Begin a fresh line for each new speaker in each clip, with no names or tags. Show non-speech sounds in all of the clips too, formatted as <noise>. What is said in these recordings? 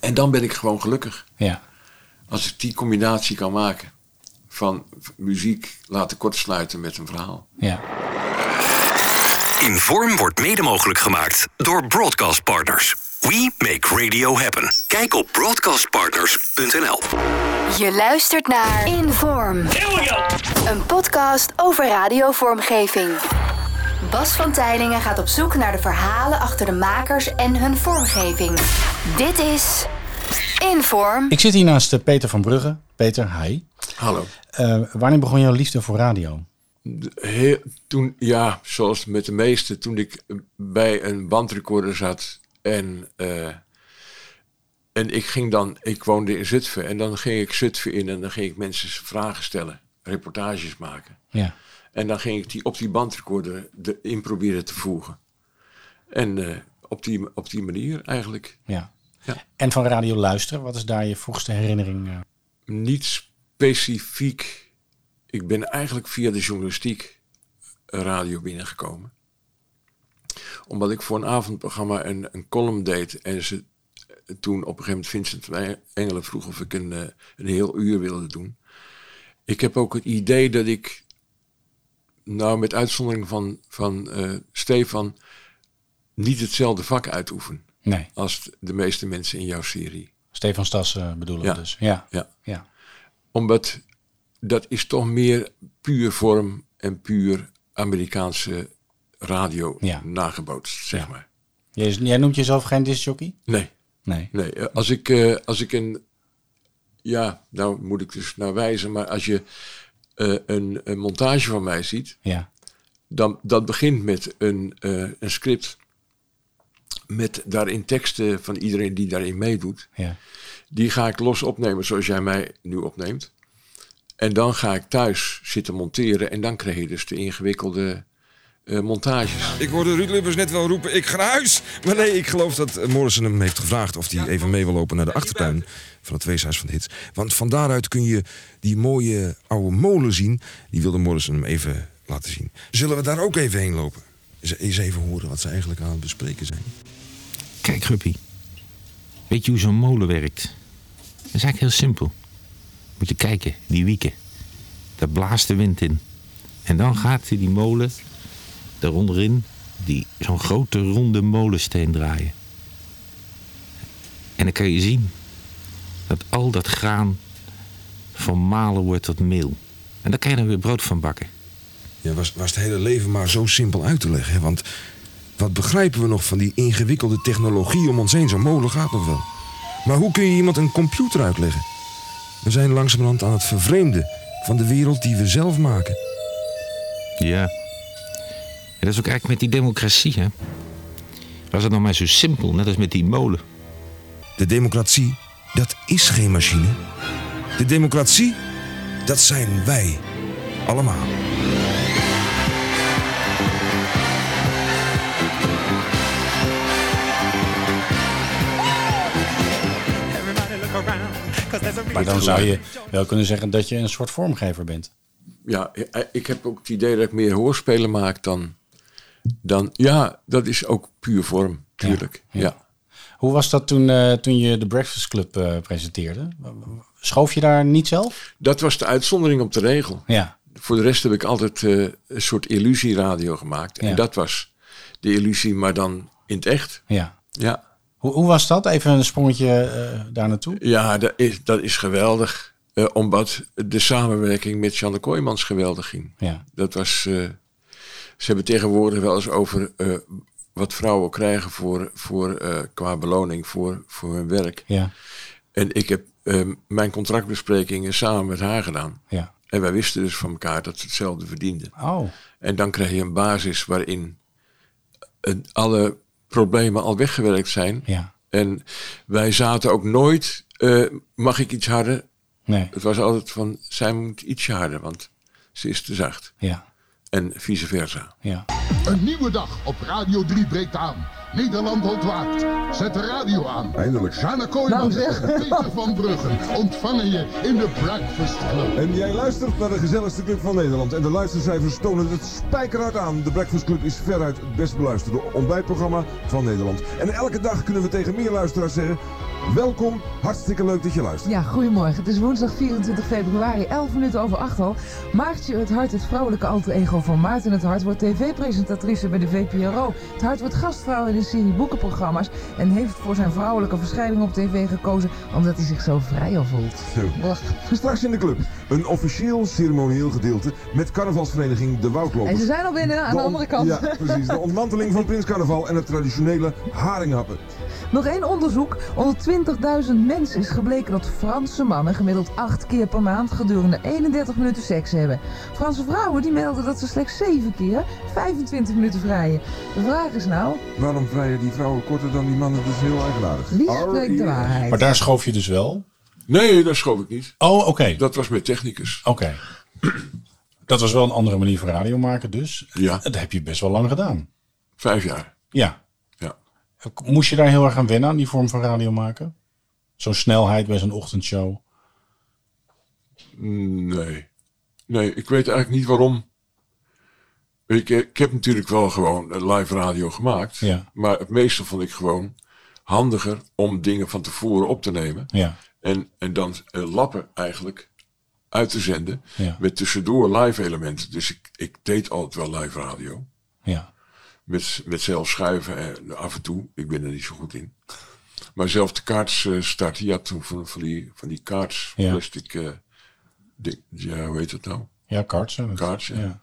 En dan ben ik gewoon gelukkig.
Ja.
Als ik die combinatie kan maken van muziek laten kortsluiten met een verhaal.
Ja.
Inform wordt mede mogelijk gemaakt door Broadcast Partners. We make radio happen. Kijk op broadcastpartners.nl.
Je luistert naar Inform. Een podcast over radiovormgeving. Bas van Tijlingen gaat op zoek naar de verhalen achter de makers en hun vormgeving. Dit is Inform.
Ik zit hier naast eh, Peter van Brugge. Peter, hi.
Hallo.
Eh, wanneer begon jouw liefde voor radio?
Heel, toen, ja, zoals met de meesten, toen ik bij een bandrecorder zat en, eh, en ik ging dan, ik woonde in Zutphen en dan ging ik Zutphen in en dan ging ik mensen vragen stellen, reportages maken.
Ja.
En dan ging ik die op die bandrecorder de, in proberen te voegen. En eh, op, die, op die manier eigenlijk
ja.
Ja.
En van radio luisteren, wat is daar je vroegste herinnering? eh?
niet specifiek. Ik ben eigenlijk via de journalistiek radio binnengekomen. Omdat ik voor een avondprogramma een, een column deed. En ze toen op een gegeven moment Vincent van Engelen vroeg of ik een, eh, een heel uur wilde doen. Ik heb ook het idee dat ik, nou met uitzondering van, van eh, Stefan, niet hetzelfde vak uitoefen
Nee,
als de meeste mensen in jouw serie.
Stefan Stas eh, bedoel ik
Ja.
dus. Ja.
Ja.
ja.
Omdat dat is toch meer puur vorm en puur Amerikaanse radio
Ja.
nagebootst, zeg maar.
Jij, is- jij noemt jezelf geen discjockey?
Nee,
Nee.
nee. eh, Als ik, eh, als ik een... Ja, nou moet ik dus naar wijzen, maar als je eh, een, een montage van mij ziet,
Ja.
dan dat begint met een, eh, een script met daarin teksten van iedereen die daarin meedoet.
Ja.
Die ga ik los opnemen zoals jij mij nu opneemt. En dan ga ik thuis zitten monteren en dan krijg je dus de ingewikkelde eh, montages.
Ik hoorde Ruud Lubbers net wel roepen, ik ga naar huis. Maar nee, ik geloof dat eh, Morrison hem heeft gevraagd of hij even mee wil lopen naar de achtertuin van het weeshuis van de hits. Want van daaruit kun je die mooie oude molen zien. Die wilde Morrison hem even laten zien. Zullen we daar ook even heen lopen? Eens- Eens even horen wat ze eigenlijk aan het bespreken zijn.
Kijk, Guppy. Weet je hoe zo'n molen werkt? Dat is eigenlijk heel simpel. Moet je kijken, die wieken. Daar blaast de wind in. En dan gaat die molen daaronderin die, zo'n grote ronde molensteen draaien. En dan kan je zien dat al dat graan van malen wordt tot meel. En daar kan je dan weer brood van bakken.
Ja, was, was het hele leven maar zo simpel uit te leggen. Hè? Want wat begrijpen we nog van die ingewikkelde technologie om ons heen? Zo'n molen gaat nog wel. Maar hoe kun je iemand een computer uitleggen? We zijn langzamerhand aan het vervreemden van de wereld die we zelf maken.
Ja. En dat is ook eigenlijk met die democratie, hè. Was het nog maar zo simpel, net als met die molen.
De democratie, dat is geen machine. De democratie, dat zijn wij. Allemaal.
Maar dan zou je wel kunnen zeggen dat je een soort vormgever bent.
Ja, eh, ik heb ook het idee dat ik meer hoorspelen maak dan... dan ja, dat is ook puur vorm, tuurlijk. Ja,
Hoe was dat toen, eh, toen je de Breakfast Club eh, presenteerde? Schoof je daar niet zelf?
Dat was de uitzondering op de regel.
Ja.
Voor de rest heb ik altijd eh, een soort illusieradio gemaakt.
Ja.
En dat was de illusie, maar dan in het echt.
ja.
Ja.
Hoe, hoe was dat? Even een sprongetje eh, daar naartoe.
Ja, dat is, dat is geweldig. Eh, omdat de samenwerking met Janne Kooijmans geweldig ging.
Ja.
Dat was. eh, ze hebben tegenwoordig wel eens over eh, wat vrouwen krijgen voor, voor, eh, qua beloning voor, voor hun werk.
Ja.
En ik heb eh, mijn contractbesprekingen samen met haar gedaan.
Ja.
En wij wisten dus van elkaar dat ze hetzelfde verdienden.
Oh.
En dan krijg je een basis waarin eh, alle problemen al weggewerkt zijn.
Ja.
En wij zaten ook nooit, eh, mag ik iets harder?
Nee.
Het was altijd van, zij moet ietsje harder, want ze is te zacht.
Ja.
En vice versa.
Ja.
Een nieuwe dag op Radio 3 breekt aan. Nederland ontwaakt. Zet de radio aan. Eindelijk. Jana
Nou,
Kooijman en Peter van Bruggen ontvangen je in de Breakfast Club.
En jij luistert naar de gezelligste club van Nederland. En de luistercijfers tonen het spijkerhard aan. De Breakfast Club is veruit het best beluisterde ontbijtprogramma van Nederland. En elke dag kunnen we tegen meer luisteraars zeggen... Welkom, hartstikke leuk dat je luistert.
Ja, goedemorgen. Het is woensdag 24 februari, 11 minuten over 8 al. Maartje het Hart, het vrouwelijke alter ego van Maarten het Hart, wordt tv-presentatrice bij de VPRO. Het Hart wordt gastvrouw in een serie boekenprogramma's en heeft voor zijn vrouwelijke verschijning op tv gekozen omdat hij zich zo vrijer voelt.
Zo. Straks in de club een officieel ceremonieel gedeelte met carnavalsvereniging De Woudlopers.
En ze zijn al binnen aan de
on-
andere kant.
Ja, precies. De ontmanteling van Prins Carnaval en het traditionele haringhappen.
Nog één onderzoek. Onder 20.000 mensen is gebleken dat Franse mannen gemiddeld 8 keer per maand gedurende 31 minuten seks hebben. Franse vrouwen die melden dat ze slechts 7 keer 25 minuten vrijen. De vraag is nou,
Waarom vrijen die vrouwen korter dan die mannen? Dat is heel eigenaardig.
wie spreekt de
Maar
waarheid?
daar schoof je dus wel.
Nee, dat schoof ik niet.
Oh, oké. Oké.
Dat was met technicus.
Dat was wel een andere manier van radio maken dus.
Ja.
Dat heb je best wel lang gedaan.
Vijf jaar.
Ja.
Ja.
Moest je daar heel erg aan wennen aan die vorm van radio maken? Zo'n snelheid bij zo'n ochtendshow.
Nee. Nee, ik weet eigenlijk niet waarom. Ik, eh, ik heb natuurlijk wel gewoon eh, live radio gemaakt.
Ja.
Maar het meeste vond ik gewoon handiger om dingen van tevoren op te nemen.
Ja.
En, en dan eh, lappen eigenlijk uit te zenden.
Ja.
Met tussendoor live elementen. Dus ik, ik deed altijd wel live radio.
Ja.
Met, met zelf schuiven eh, af en toe. Ik ben er niet zo goed in. Maar zelf de kaarts eh, starten. Je had toen van, van, die, van die kaarts.
Ja.
Plastic. eh, ding, ja, hoe heet dat nou?
Ja, karts. hè, dat-
Karts, ja.
ja.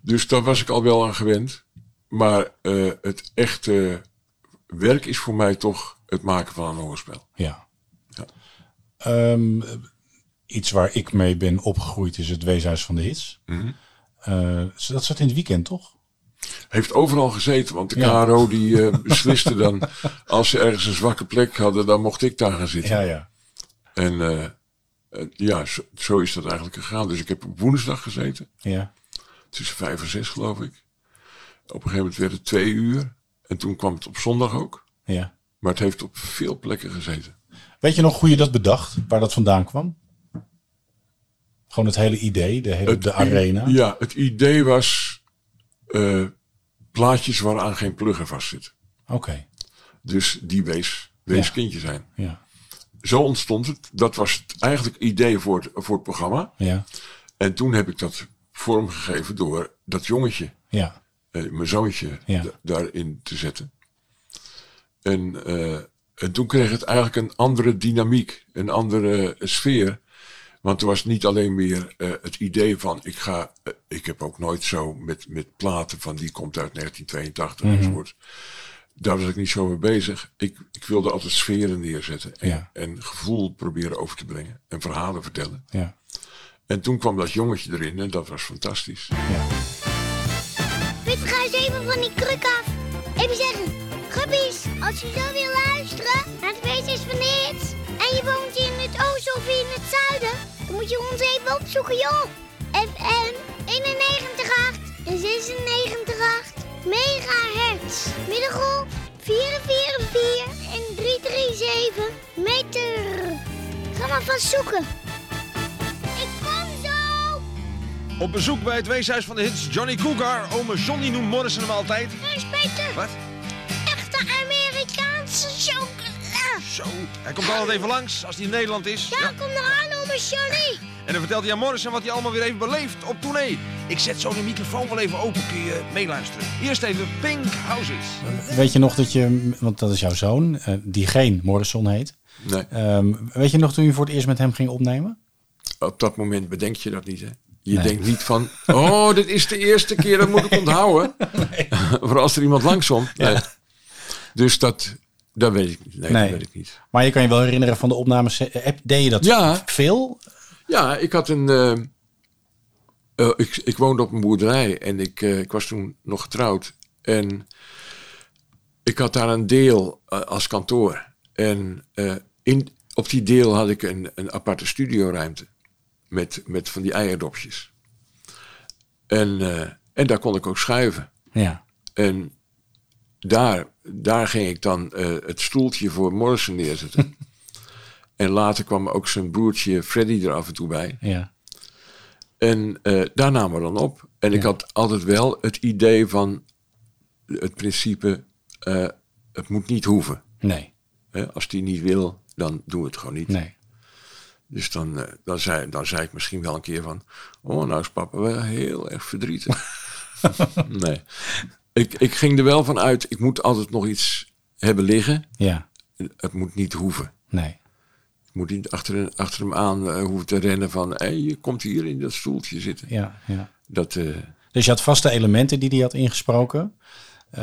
Dus daar was ik al wel aan gewend. Maar eh, het echte werk is voor mij toch het maken van een hoorspel.
Ja. Ehm, iets waar ik mee ben opgegroeid is het Weeshuis van de Hits.
Mhm.
Eh, dat zat in het weekend, toch?
Heeft overal gezeten, want de
Ja.
KRO die eh, besliste dan... als ze ergens een zwakke plek hadden, dan mocht ik daar gaan zitten.
Ja, ja.
En eh, eh, ja, zo, zo is dat eigenlijk gegaan. Dus ik heb op woensdag gezeten,
Ja.
tussen vijf en zes geloof ik. Op een gegeven moment werd het twee uur. En toen kwam het op zondag ook.
ja.
Maar het heeft op veel plekken gezeten.
Weet je nog hoe je dat bedacht? Waar dat vandaan kwam? Gewoon het hele idee, de, hele, de
i-
arena.
Ja, het idee was eh, plaatjes waaraan geen plug aan vast zit.
Oké.
Dus die wees, wees
Ja.
kindje zijn.
Ja.
Zo ontstond het. Dat was het eigenlijk idee voor het, voor het programma.
Ja.
En toen heb ik dat vormgegeven door dat jongetje,
Ja.
eh, mijn zoontje,
Ja.
da- daarin te zetten. En, eh, en toen kreeg het eigenlijk een andere dynamiek, een andere eh, sfeer. Want er was niet alleen meer eh, het idee van ik ga. eh, ik heb ook nooit zo met, met platen van die komt uit 1982
Mhm.
enzovoort. Daar was ik niet zo mee bezig. Ik, ik wilde altijd sferen neerzetten en,
Ja.
en gevoel proberen over te brengen en verhalen vertellen.
Ja.
En toen kwam dat jongetje erin en dat was fantastisch.
Pieter, ga eens even van die kruk af. Even zeggen, Guppies, als je zo wil luisteren naar het feest is van de hits... en je woont hier in het oosten of in het zuiden... dan moet je ons even opzoeken, joh. FM 91.8 en 96.8 megahertz. Middengolf 444 en 337 meter. Ga maar vast zoeken. Ik kom zo!
Op bezoek bij het weeshuis van de hits Johnny Cougar. Ome Johnny noemt Morrison hem altijd.
Neus, Peter.
Wat?
Echte Amerikaanse chocola.
Zo, hij komt altijd even langs als hij in Nederland is.
Ja, kom eraan, oma Johnny.
En dan vertelt hij aan Morrison wat hij allemaal weer heeft beleefd op tournee. Ik zet zo de microfoon wel even open, kun je meeluisteren. Eerst even Pink Houses.
Weet je nog dat je, want dat is jouw zoon, eh, die geen Morrison heet.
Nee,
Ehm, weet je nog toen je voor het eerst met hem ging opnemen?
op dat moment bedenk je dat niet, hè? Je denkt niet van, oh, dit is de eerste keer, dat moet ik onthouden. <laughs> Voor als er iemand langskomt. Nee. Dus dat, dat weet ik niet. Nee,
Nee.
dat weet ik niet.
Maar je kan je wel herinneren van de opnames. eh, Heb, deed je dat
Ja.
veel?
Ja, ik had een... eh, eh, ik, ik woonde op een boerderij en ik, eh, ik was toen nog getrouwd. En ik had daar een deel eh, als kantoor. En eh, in, op die deel had ik een, een aparte studioruimte. Met, met van die eierdopjes. En, eh, en daar kon ik ook schuiven.
Ja.
En daar, daar ging ik dan eh, het stoeltje voor Morrison neerzetten. en later kwam ook zijn broertje Freddy er af en toe bij.
Ja.
En eh, daar namen we dan op. En ik had altijd wel het idee van het principe, eh, het moet niet hoeven.
Nee.
Hè, als die niet wil, dan doen we het gewoon niet.
Nee.
Dus dan, eh, dan, zei, dan zei ik misschien wel een keer van... Oh, nou is papa wel heel erg
<laughs>
verdrietig. nee. Ik, ik ging er wel van uit, ik moet altijd nog iets hebben liggen.
Ja.
Het moet niet hoeven.
Nee.
Ik moet niet achter, achter hem aan eh, hoeven te rennen van... Hé, je komt hier in dat stoeltje zitten.
Ja. ja.
Dat, eh,
Dus je had vaste elementen die hij had ingesproken. eh,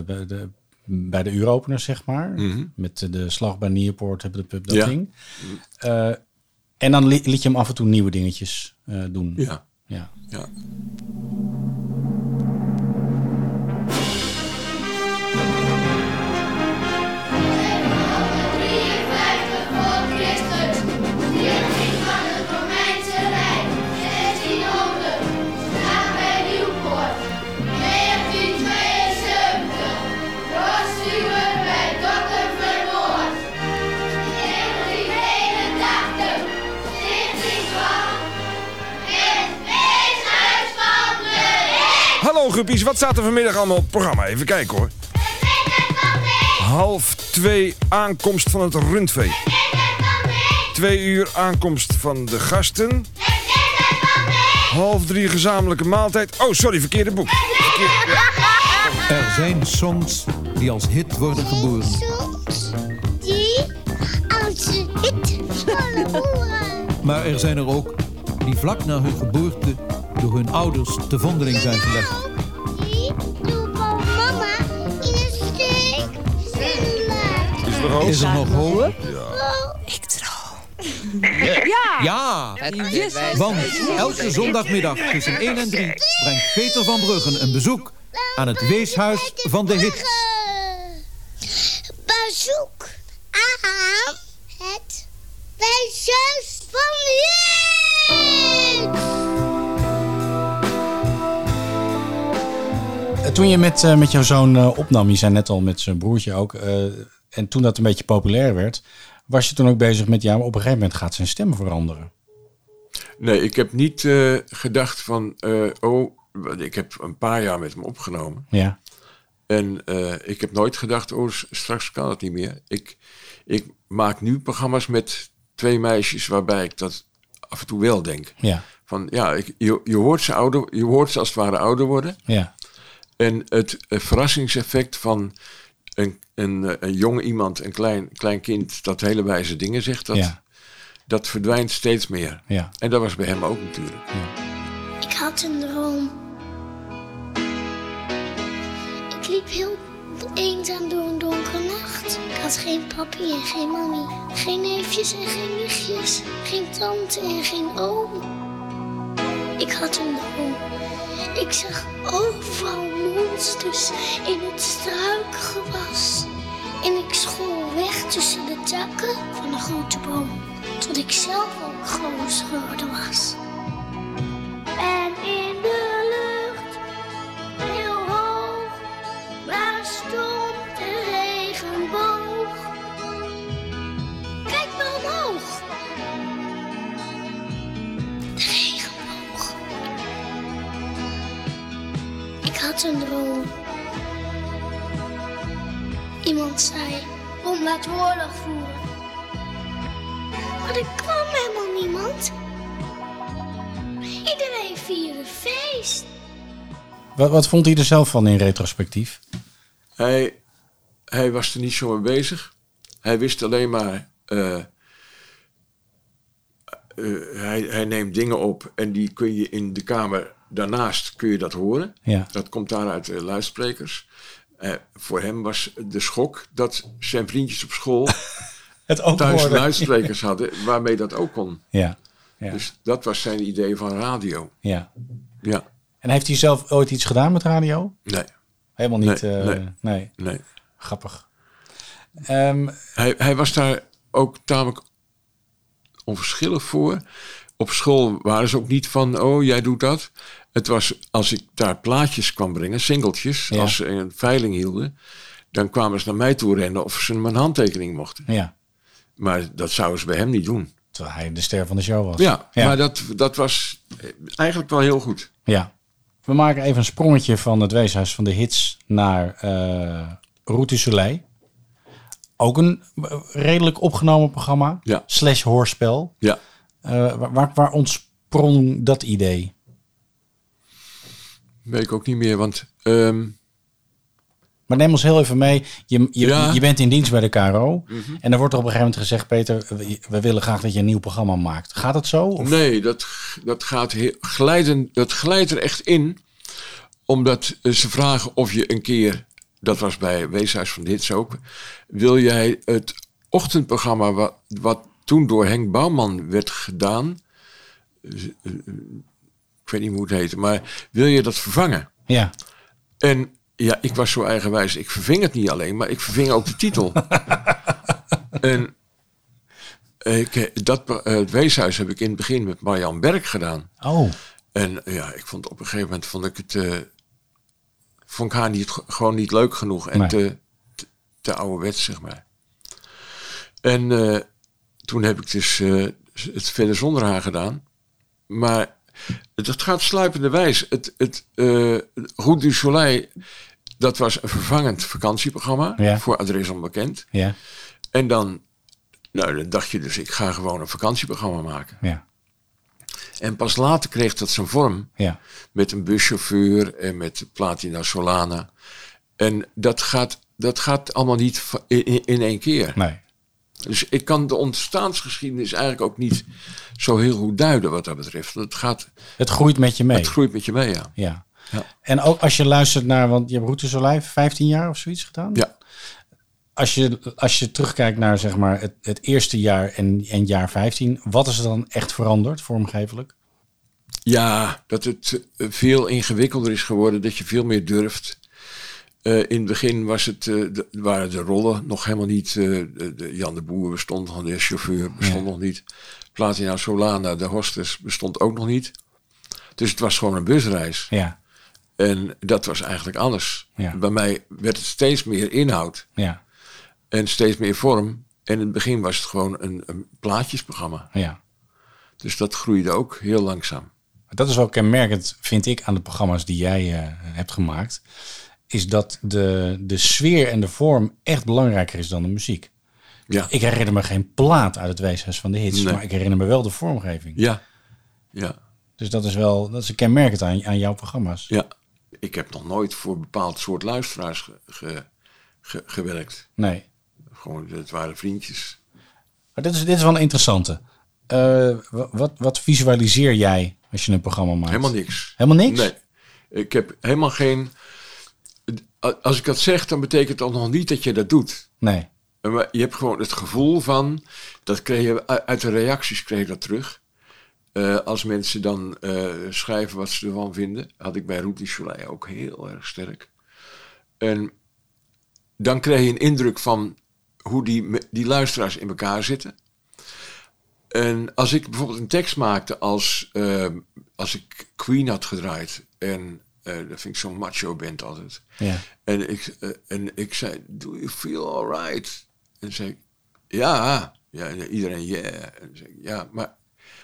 bij, de, bij de uuropener, zeg maar. Met de- de slag bij Nierpoort hebben de pub dat
Mhm. Ja.
ding. Eh, en dan li- liet je hem af en toe nieuwe dingetjes eh, doen.
ja,
ja.
ja.
Hallo groepies, wat staat er vanmiddag allemaal op het programma? Even kijken hoor. Half twee aankomst van het rundvee. Twee uur aankomst van de gasten. Half drie gezamenlijke maaltijd. Oh, sorry, verkeerde boek.
<laughs> Er zijn songs die als hit worden geboren.
Soms die als wit volle boeren.
Maar er zijn er ook die vlak na hun geboorte door hun ouders te vondeling zijn gelegd.
Ook die door mama in een stuk slaat.
Is er nog
Is
hoog?
er nog hoop?
Oh,
Ja! Want elke zondagmiddag tussen 1 en 3 brengt Peter van Bruggen een bezoek aan het weeshuis van de hit.
Bezoek aan het wijshuis van de hit.
Eh, Toen je met, eh, met jouw zoon eh, opnam, je zei net al met zijn broertje ook. eh, en toen dat een beetje populair werd, was je toen ook bezig met, ja, maar op een gegeven moment gaat zijn stem veranderen.
Nee, ik heb niet eh, gedacht van, eh, oh, want ik heb een paar jaar met hem opgenomen.
Ja.
En eh, ik heb nooit gedacht, oh, s- straks kan het niet meer. Ik, ik maak nu programma's met twee meisjes waarbij ik dat af en toe wel denk.
Ja.
Van ja, ik, je, je, hoort ze ouder, je hoort ze als het ware ouder worden.
Ja.
En het eh, verrassingseffect van een, een, eh, een jong iemand, een klein, klein kind dat hele wijze dingen zegt, dat,
Ja.
dat verdwijnt steeds meer.
Ja.
En dat was bij hem ook natuurlijk.
Ik had een droom. Ik liep heel eenzaam door een donkere nacht. Ik had geen papi en geen mami. Geen neefjes en geen nichtjes. Geen tante en geen oom. Ik had een droom. Ik zag overal monsters in het struikgewas. En ik school weg tussen de takken van de grote boom. Tot ik zelf ook groot geworden was. En in de lucht, heel hoog, daar stond een regenboog. Kijk maar omhoog. De regenboog. Ik had een droom. Iemand zei, om laat oorlog voeren. Maar er kwam helemaal niemand. Iedereen vierde feest.
Wat, wat vond hij er zelf van in retrospectief?
Hij, hij was er niet zo mee bezig. Hij wist alleen maar. eh, eh, hij, hij neemt dingen op en die kun je in de kamer daarnaast kun je dat horen.
Ja.
Dat komt daar uit de luidsprekers. Eh, voor hem was de schok dat zijn vriendjes op
<laughs>
school
Het ook
thuis luidsprekers hadden waarmee dat ook kon.
Ja. Ja.
Dus dat was zijn idee van radio.
ja.
Ja,
En heeft hij zelf ooit iets gedaan met radio?
nee,
Helemaal niet.
Nee,
eh, nee.
nee. nee.
Grappig. Ehm,
Hij, hij was daar ook tamelijk onverschillig voor. Op school waren ze ook niet van, oh, jij doet dat. Het was, als ik daar plaatjes kwam brengen, singeltjes,
Ja.
als ze een veiling hielden, dan kwamen ze naar mij toe rennen of ze mijn handtekening mochten.
ja.
Maar dat zouden ze bij hem niet doen.
Terwijl hij de ster van de show was.
Ja,
ja.
maar dat, dat was eh, eigenlijk wel heel goed.
Ja. We maken even een sprongetje van het weeshuis van de hits naar eh Route du Soleil. ook een eh, redelijk opgenomen programma.
Ja.
Slash hoorspel.
Ja.
Eh, waar- waar, waar ontsprong dat idee?
Weet ik ook niet meer, want... ehm,
Maar neem ons heel even mee. Je, je,
Ja.
je bent in dienst bij de KRO.
Mhm.
En dan wordt er op een gegeven moment gezegd... Peter, we- we willen graag dat je een nieuw programma maakt. Gaat dat zo? Of-
Nee, dat, dat, gaat he- glijden, dat glijdt er echt in. Omdat eh, ze vragen of je een keer, dat was bij Weeshuis van Dits ook, wil jij het ochtendprogramma wat, wat toen door Henk Bouwman werd gedaan, z- eh, ik weet niet hoe het heette, maar wil je dat vervangen?
Ja.
En ja, ik was zo eigenwijs, ik verving het niet alleen, maar ik verving ook de titel. en eh, ik, dat, pro- eh, het Weeshuis heb ik in het begin met Marjan Berk gedaan.
Oh.
En eh, ja, ik vond op een gegeven moment vond ik het eh, vond ik haar niet, gewoon niet leuk genoeg en
Nee.
te, te, te ouderwets, zeg maar. En eh, toen heb ik dus eh, het verder zonder haar gedaan. Maar het, het gaat sluipende wijs. Het, het eh Route du Soleil, dat was een vervangend vakantieprogramma
Ja.
voor Adres Onbekend.
Ja.
En dan, nou, dan dacht je dus, ik ga gewoon een vakantieprogramma maken.
Ja.
En pas later kreeg dat zijn vorm.
Ja.
Met een buschauffeur en met Platina Solana. En dat gaat, dat gaat allemaal niet va- in, in- in één keer.
Nee.
Dus ik kan de ontstaansgeschiedenis eigenlijk ook niet zo heel goed duiden wat dat betreft. Het, gaat,
Het groeit met je mee.
het groeit met je mee, ja.
Ja.
Ja.
En ook als je luistert naar, want je hebt Route zo live 15 jaar of zoiets gedaan.
Ja.
Als je, als je terugkijkt naar zeg maar het, het eerste jaar en, en jaar 15, wat is er dan echt veranderd vormgevelijk?
Ja, dat het eh, veel ingewikkelder is geworden, dat je veel meer durft. Eh, in het begin was het, eh, de- waren de rollen nog helemaal niet. eh, de, de Jan de Boer bestond nog, de chauffeur bestond nog niet. Platina Solana, de hostess, bestond ook nog niet. Dus het was gewoon een busreis.
Ja.
En dat was eigenlijk alles.
Ja.
Bij mij werd het steeds meer inhoud
Ja.
en steeds meer vorm. En in het begin was het gewoon een, een plaatjesprogramma.
Ja.
Dus dat groeide ook heel langzaam.
Dat is wel kenmerkend, vind ik, aan de programma's die jij eh, hebt gemaakt. Is dat de, de sfeer en de vorm echt belangrijker is dan de muziek.
Ja.
Ik herinner me geen plaat uit het weeshuis van de hits,
Nee.
maar ik herinner me wel de vormgeving.
Ja, ja.
Dus dat is wel, dat is kenmerkend aan, aan jouw programma's.
Ja, ik heb nog nooit voor een bepaald soort luisteraars ge- ge- ge- gewerkt.
Nee.
Gewoon, het waren vriendjes.
Maar dit is, dit is wel een interessante. Eh, wa- wat, wat visualiseer jij als je een programma maakt?
Helemaal niks.
Helemaal niks?
Nee, ik heb helemaal geen... a- Als ik dat zeg, dan betekent dat nog niet dat je dat doet.
Nee.
En maar Je hebt gewoon het gevoel van... Dat kreeg je, u- uit de reacties kreeg je dat terug. Eh, als mensen dan eh, schrijven wat ze ervan vinden... had ik bij Roetie Soleil ook heel erg sterk. En dan kreeg je een indruk van hoe die, me- die luisteraars in elkaar zitten. En als ik bijvoorbeeld een tekst maakte als, eh, als ik Queen had gedraaid... en eh, dat vind ik zo'n macho band altijd...
Ja.
En ik, eh, en ik zei, do you feel alright? En zei ik, ja. ja en iedereen, ja. En zei ik, ja, maar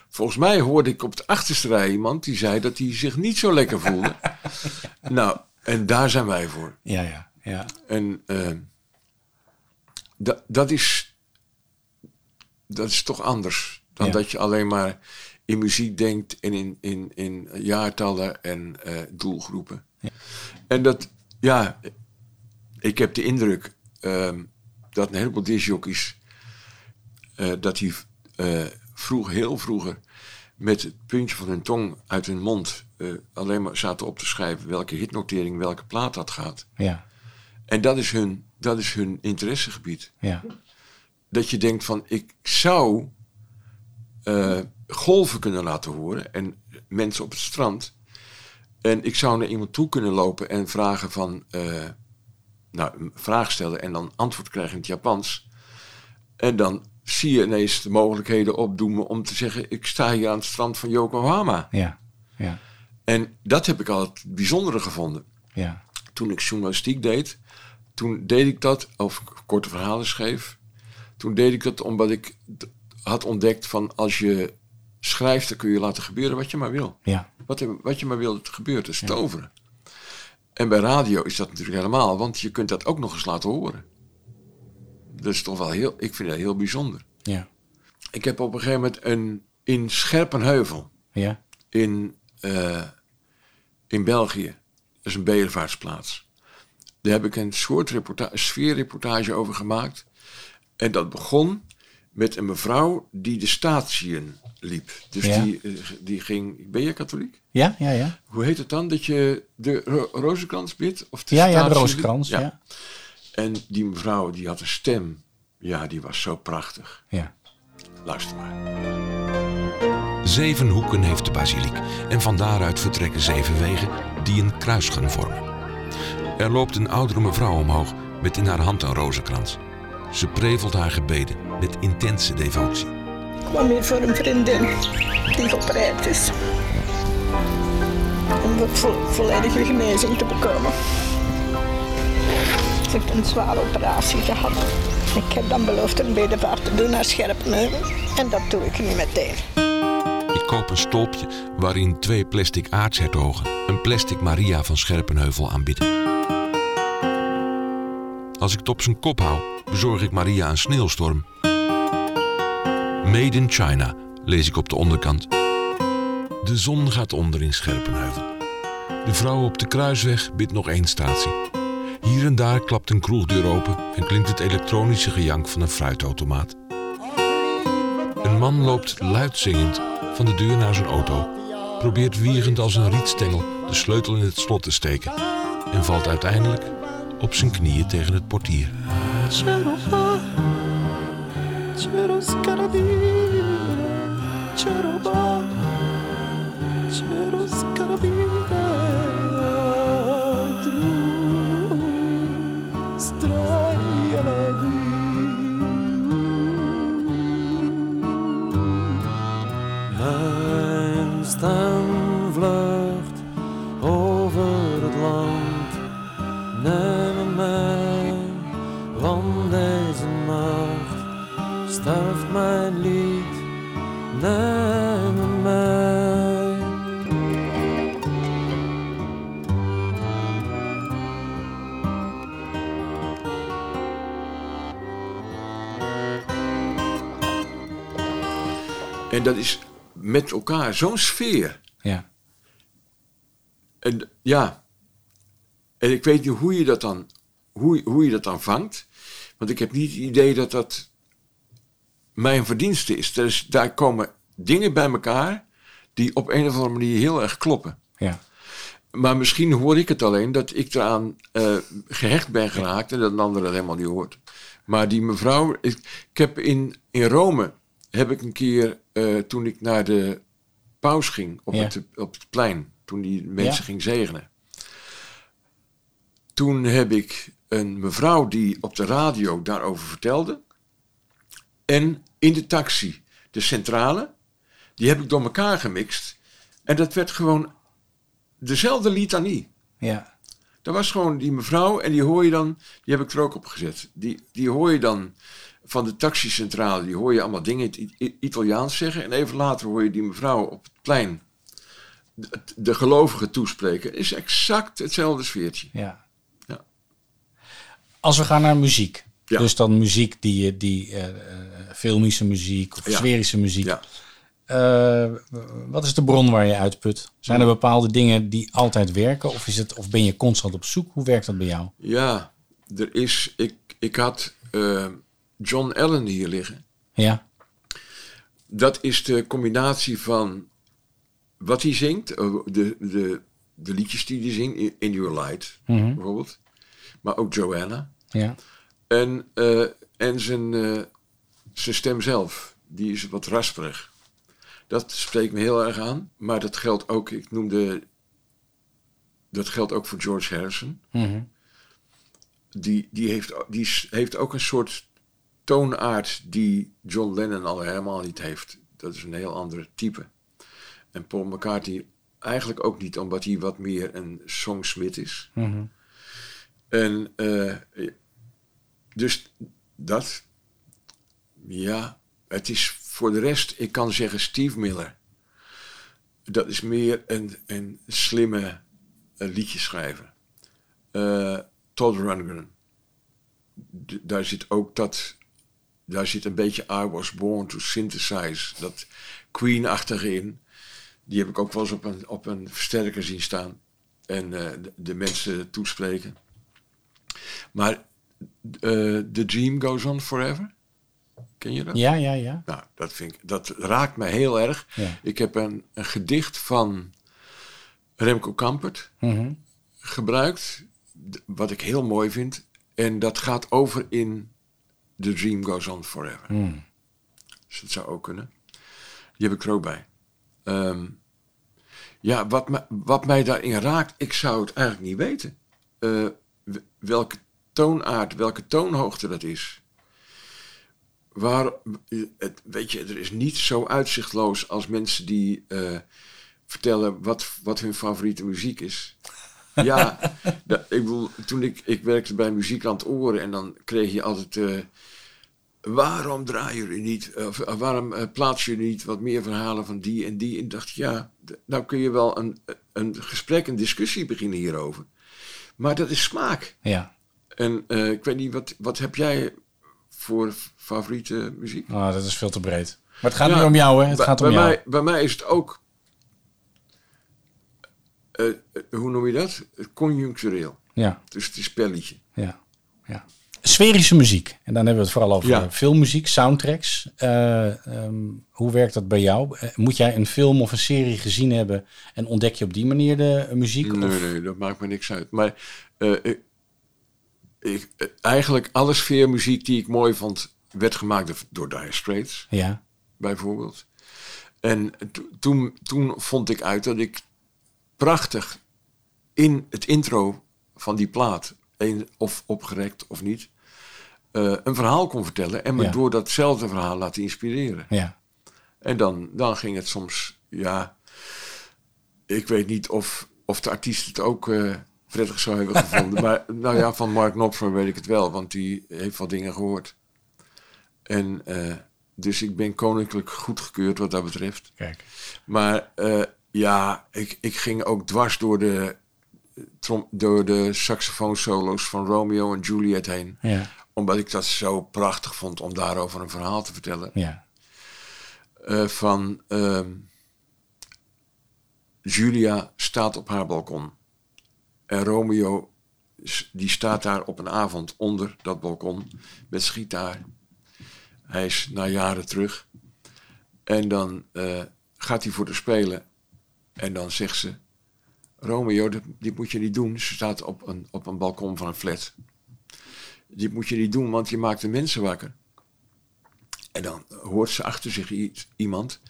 volgens mij hoorde ik op de achterste rij iemand die zei dat hij zich niet zo lekker voelde. Nou, en daar zijn wij voor.
Ja, ja, ja.
En eh, da- dat, is, dat is toch anders dan
Ja.
dat je alleen maar in muziek denkt en in, in, in jaartallen en eh, doelgroepen. En dat, ja, ik heb de indruk ehm, dat een heleboel discjockeys, eh, dat die eh, vroeg, heel vroeger, met het puntje van hun tong uit hun mond eh, alleen maar zaten op te schrijven welke hitnotering, welke plaat dat gaat.
Ja,
En dat is hun, dat is hun interessegebied.
ja.
Dat je denkt van, ik zou eh, golven kunnen laten horen en mensen op het strand. En ik zou naar iemand toe kunnen lopen en vragen van, eh, nou, een vraag stellen en dan antwoord krijgen in het Japans. En dan zie je ineens de mogelijkheden opdoemen om te zeggen, ik sta hier aan het strand van Yokohama.
Ja, ja,
En dat heb ik al het bijzondere gevonden
ja.
toen ik journalistiek deed, toen deed ik dat, of k- korte verhalen schreef. Toen deed ik dat omdat ik d- had ontdekt van als je schrijft, dan kun je laten gebeuren wat je maar wil.
Ja,
Wat, er- wat je maar wil dat er gebeurt, dat is toveren. En bij radio is dat natuurlijk helemaal, want je kunt dat ook nog eens laten horen. dat is toch wel heel, ik vind dat heel bijzonder.
Ja.
Ik heb op een gegeven moment een, in Scherpenheuvel,
Ja.
in, eh, in België, dat is een bedevaartsplaats. Daar heb ik een soort reporta- sfeerreportage over gemaakt. En dat begon met een mevrouw die de statiën liep. Dus
Ja.
die, eh, die ging... Ben je katholiek?
Ja, ja, ja.
hoe heet het dan? Dat je de ro rozenkrans bidt? Of de
Ja, ja, de
statie-
rozenkrans, ja.
En die mevrouw, die had een stem. Ja, die was zo prachtig.
Ja.
Luister maar.
Zeven hoeken heeft de basiliek en van daaruit vertrekken zeven wegen die een kruis gaan vormen. Er loopt een oudere mevrouw omhoog met in haar hand een rozenkrans. Ze prevelt haar gebeden met intense devotie.
Ik kwam hier voor een vriendin die geopereerd is. Om de vo- volledige genezing te bekomen. Ze heeft een zware operatie gehad. Ik heb dan beloofd een bedevaart te doen naar Scherpenheuvel. En dat doe ik nu meteen.
Ik koop een stolpje waarin twee plastic aartshertogen een plastic Maria van Scherpenheuvel aanbidden. Als ik het op zijn kop hou, bezorg ik Maria een sneeuwstorm. Made in China, lees ik op de onderkant. De zon gaat onder in Scherpenheuvel. De vrouw op de kruisweg bidt nog één statie. Hier en daar klapt een kroegdeur open en klinkt het elektronische gejank van een fruitautomaat. Een man loopt luid zingend van de deur naar zijn auto, probeert wiegend als een rietstengel de sleutel in het slot te steken en valt uiteindelijk op zijn knieën tegen het portier.
C'ero fa, c'ero scarabine, c'ero ba, c'ero scarabine, dru, straiele Mijn stem vlucht over het land. Neem mij, want deze nacht sterft mijn lied. Neem mij.
En dat is met elkaar zo'n sfeer.
Ja.
En ja. En ik weet niet hoe je dat dan, hoe, hoe je dat dan vangt. Want ik heb niet het idee dat dat mijn verdienste is. Dus daar komen dingen bij elkaar die op een of andere manier heel erg kloppen.
Ja.
Maar misschien hoor ik het alleen dat ik eraan eh, gehecht ben geraakt en dat een ander dat helemaal niet hoort. Maar die mevrouw, ik, ik heb in, in Rome, heb ik een keer eh, toen ik naar de paus ging op,
Ja.
het, op het plein, toen die mensen
Ja.
ging zegenen. Toen heb ik een mevrouw die op de radio daarover vertelde. En in de taxi, de centrale, die heb ik door elkaar gemixt. En dat werd gewoon dezelfde litanie.
Ja.
Dat was gewoon die mevrouw en die hoor je dan, die heb ik er ook op gezet. Die, die hoor je dan van de taxicentrale, die hoor je allemaal dingen in het I- Italiaans zeggen. En even later hoor je die mevrouw op het plein de, de gelovigen toespreken. Is exact hetzelfde sfeertje.
Ja.
Ja.
Als we gaan naar muziek.
Ja.
Dus dan muziek die, je- die eh, eh, filmische muziek of
Ja.
sferische muziek.
Ja.
Eh, wat is de bron waar je uitput? Zijn er bepaalde dingen die altijd werken? Of, is het, of ben je constant op zoek? Hoe werkt dat bij jou?
Ja, er is, ik, ik had eh, John Allen hier liggen.
Ja.
Dat is de combinatie van wat hij zingt, eh, de, de, de liedjes die hij zingt, In- In Your Light
Mhm.
bijvoorbeeld, maar ook Joanna.
Ja.
En, eh, en zijn, eh, zijn stem zelf, die is wat rasperig. Dat spreekt me heel erg aan, maar dat geldt ook, ik noemde, dat geldt ook voor George Harrison
Mhm.
die, die, heeft, die is- heeft ook een soort toonaard die John Lennon al helemaal niet heeft. Dat is een heel ander type. En Paul McCartney eigenlijk ook niet, omdat hij wat meer een songsmith is.
Mhm.
En eh, dus dat, ja, het is voor de rest, ik kan zeggen Steve Miller. Dat is meer een, een slimme eh, liedjeschrijver. Eh, Todd Rundgren. d- daar zit ook dat. Daar zit een beetje I was born to synthesize. Dat Queen achterin. Die heb ik ook wel eens op een, op een versterker zien staan. En eh, de, de mensen toespreken. Maar eh, The Dream Goes On Forever. Ken je dat?
Ja, ja, ja.
Nou, dat, vind ik, dat raakt me heel erg.
Ja.
Ik heb een, een gedicht van Remco Kampert
Mhm.
gebruikt, d- wat ik heel mooi vind. En dat gaat over in The Dream Goes On Forever.
Hmm.
Dus dat zou ook kunnen. Die heb ik er ook bij. Ehm, ja, wat, me- wat mij daarin raakt, ik zou het eigenlijk niet weten. Eh, w- welke toonaard, welke toonhoogte dat is. Waar, het, weet je, er is niet zo uitzichtloos als mensen die eh, vertellen wat, wat hun favoriete muziek is. Ja, ja, ik bedoel, toen ik, ik werkte bij muziek aan het oren en dan kreeg je altijd... eh, waarom draai jullie niet, of eh, waarom eh, plaatsen jullie niet wat meer verhalen van die en die? En dacht ik, ja, d- nou kun je wel een, een gesprek, een discussie beginnen hierover. Maar dat is smaak.
Ja.
En eh, ik weet niet, wat, wat heb jij voor f- favoriete muziek?
Nou, dat is veel te breed. Maar het gaat
Ja,
niet om jou, hè? Het
bij-
gaat om
bij
jou.
Mij, bij mij is het ook, eh, eh, hoe noem je dat? Conjunctureel.
Ja.
Dus het is spelletje.
Ja. ja. Sferische muziek. En dan hebben we het vooral over
Ja.
eh, filmmuziek, soundtracks. Eh, ehm, hoe werkt dat bij jou? Eh, Moet jij een film of een serie gezien hebben en ontdek je op die manier de eh, muziek?
Nee,
of?
nee, dat maakt me niks uit. Maar eh, ik, ik- eh, eigenlijk alle sfeermuziek die ik mooi vond, werd gemaakt door Dire Straits,
Ja.
bijvoorbeeld. En to- toen, toen vond ik uit dat ik prachtig in het intro van die plaat, een, of opgerekt of niet, eh, een verhaal kon vertellen en me
Ja.
door datzelfde verhaal laten inspireren.
Ja.
En dan, dan ging het soms, ja. Ik weet niet of, of de artiest het ook eh, prettig zou hebben gevonden. maar nou ja, van Mark Knopfler weet ik het wel, want die heeft wel dingen gehoord. En eh, dus ik ben koninklijk goedgekeurd wat dat betreft.
Kijk.
Maar eh, ja, ik, ik ging ook dwars door de, eh, trom, door de saxofoonsolo's van Romeo en Juliet heen.
Ja.
Omdat ik dat zo prachtig vond om daarover een verhaal te vertellen
Ja.
eh, van ehm, Julia staat op haar balkon. En Romeo s- die staat daar op een avond onder dat balkon met zijn gitaar. Hij is na jaren terug. En dan eh, gaat hij voor de spelen. En dan zegt ze: Romeo, dit, dit moet je niet doen. Ze staat op een, op een balkon van een flat. Dit moet je niet doen, want je maakt de mensen wakker. En dan hoort ze achter zich iets- iemand.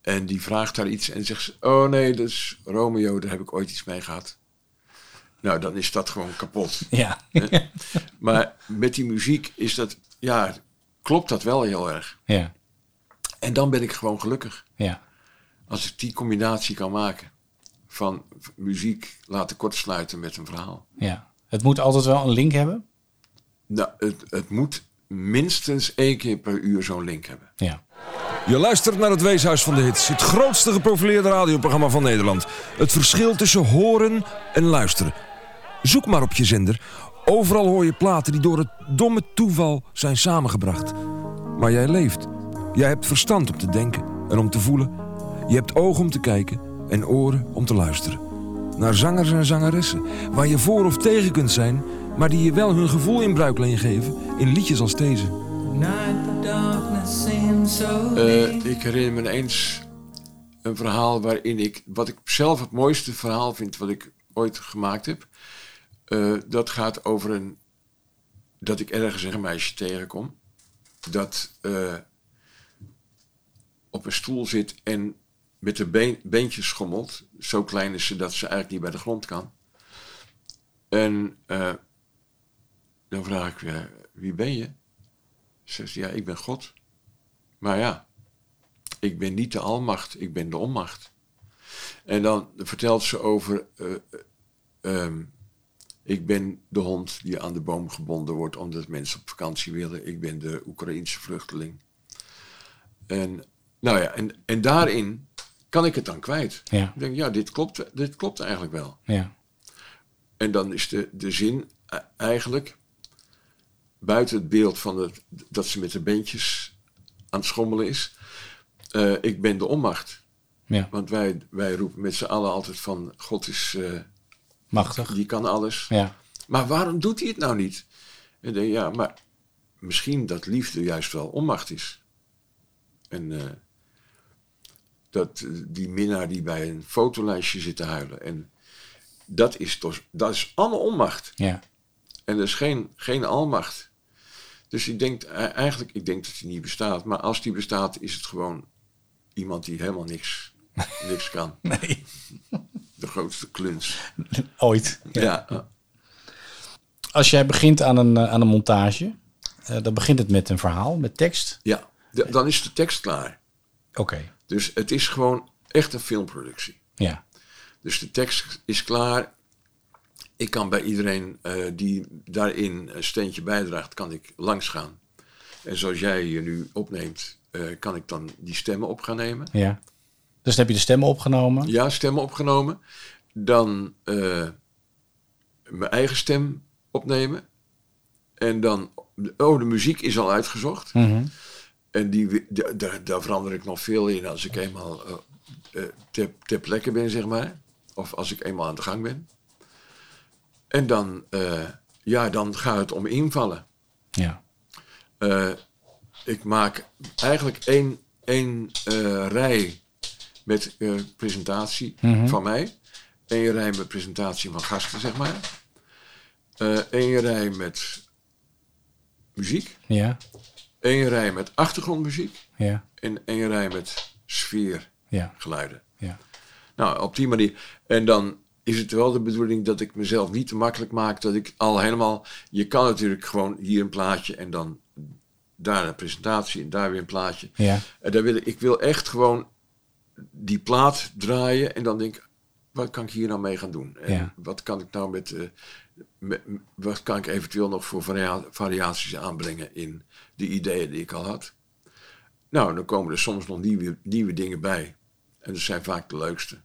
En die vraagt haar iets en zegt ze... Oh nee, dat is Romeo, daar heb ik ooit iets mee gehad. Nou, dan is dat gewoon kapot.
Ja. <laughs>
Hè? maar met die muziek is dat... Ja, klopt dat wel heel erg.
Ja.
En dan ben ik gewoon gelukkig.
Ja.
Als ik die combinatie kan maken. Van muziek laten kortsluiten met een verhaal.
Ja. Het moet altijd wel een link hebben.
Nou, het, het moet minstens één keer per uur zo'n link hebben.
Je luistert naar het Weeshuis van de Hits, het grootste geprofileerde radioprogramma van Nederland. Het verschil tussen horen en luisteren. Zoek maar op je zender. Overal hoor je platen die door het domme toeval zijn samengebracht. Maar jij leeft. Jij hebt verstand om te denken en om te voelen. Je hebt ogen om te kijken en oren om te luisteren. Naar zangers en zangeressen, waar je voor of tegen kunt zijn, maar die je wel hun gevoel in bruikleen geven in liedjes als deze.
Eh, ik herinner me eens een verhaal waarin ik, wat ik zelf het mooiste verhaal vind wat ik ooit gemaakt heb, eh, dat gaat over een, dat ik ergens een meisje tegenkom, dat eh, op een stoel zit en met de been, beentjes schommelt. Zo klein is ze dat ze eigenlijk niet bij de grond kan. En eh, dan vraag ik, eh, wie ben je? Zegt ze, ja, ik ben God. Maar ja, ik ben niet de almacht, ik ben de onmacht. En dan vertelt ze over, eh, eh, ehm, ik ben de hond die aan de boom gebonden wordt omdat mensen op vakantie willen. Ik ben de Oekraïense vluchteling. En, nou ja, en, en daarin kan ik het dan kwijt.
Ja.
Ik denk, ja, dit klopt, dit klopt eigenlijk wel.
Ja.
En dan is de, de zin eh, eigenlijk... buiten het beeld van het, dat ze met de beentjes aan het schommelen is. eh, ik ben de onmacht.
Ja.
Want wij, wij roepen met z'n allen altijd van God is eh,
Machtig.
Die kan alles.
Ja.
Maar waarom doet hij het nou niet? En ik denk, ja, maar misschien dat liefde juist wel onmacht is. En eh, dat eh, die minnaar die bij een fotolijstje zit te huilen. En dat is, toch, dat is alle onmacht.
Ja.
En er is geen, geen almacht. Dus ik denk eh, eigenlijk, ik denk dat die niet bestaat. Maar als die bestaat, is het gewoon iemand die helemaal niks, niks kan.
Nee.
De grootste kluns.
Ooit.
Ja. eh, ja.
Als jij begint aan een, eh, aan een montage, eh, dan begint het met een verhaal, met tekst.
de- dan is de tekst klaar.
Oké.
Dus het is gewoon echt een filmproductie.
Ja.
Dus de tekst is klaar. Ik kan bij iedereen eh, die daarin een steentje bijdraagt, kan ik langsgaan. En zoals jij je nu opneemt, eh, kan ik dan die stemmen op gaan nemen.
Ja. Dus dan heb je de stemmen opgenomen.
Ja, stemmen opgenomen. Dan eh, mijn eigen stem opnemen. En dan, oh, de muziek is al uitgezocht.
Mhm.
En die, wi- da- da- daar verander ik nog veel in als ik eenmaal eh, eh, ter, ter plekke ben, zeg maar. Of als ik eenmaal aan de gang ben. En dan, eh, ja, dan gaat het om invallen.
Ja.
Eh, ik maak eigenlijk één, één eh, rij met eh, presentatie
Mhm.
van mij. Eén rij met presentatie van gasten, zeg maar. Eén rij met muziek.
Ja.
Eén rij met achtergrondmuziek.
Ja.
En één rij met
Ja.
sfeergeluiden.
Ja.
Nou, op die manier. En dan is het wel de bedoeling dat ik mezelf niet te makkelijk maak. Dat ik al helemaal... Je kan natuurlijk gewoon hier een plaatje en dan daar een presentatie en daar weer een plaatje.
Ja.
En daar wil ik, ik wil echt gewoon die plaat draaien en dan denk ik, wat kan ik hier nou mee gaan doen? En
Ja.
wat kan ik nou met, eh, met- wat kan ik eventueel nog voor varia- variaties aanbrengen in de ideeën die ik al had? Nou, dan komen er soms nog nieuwe, nieuwe dingen bij. En dat zijn vaak de leukste.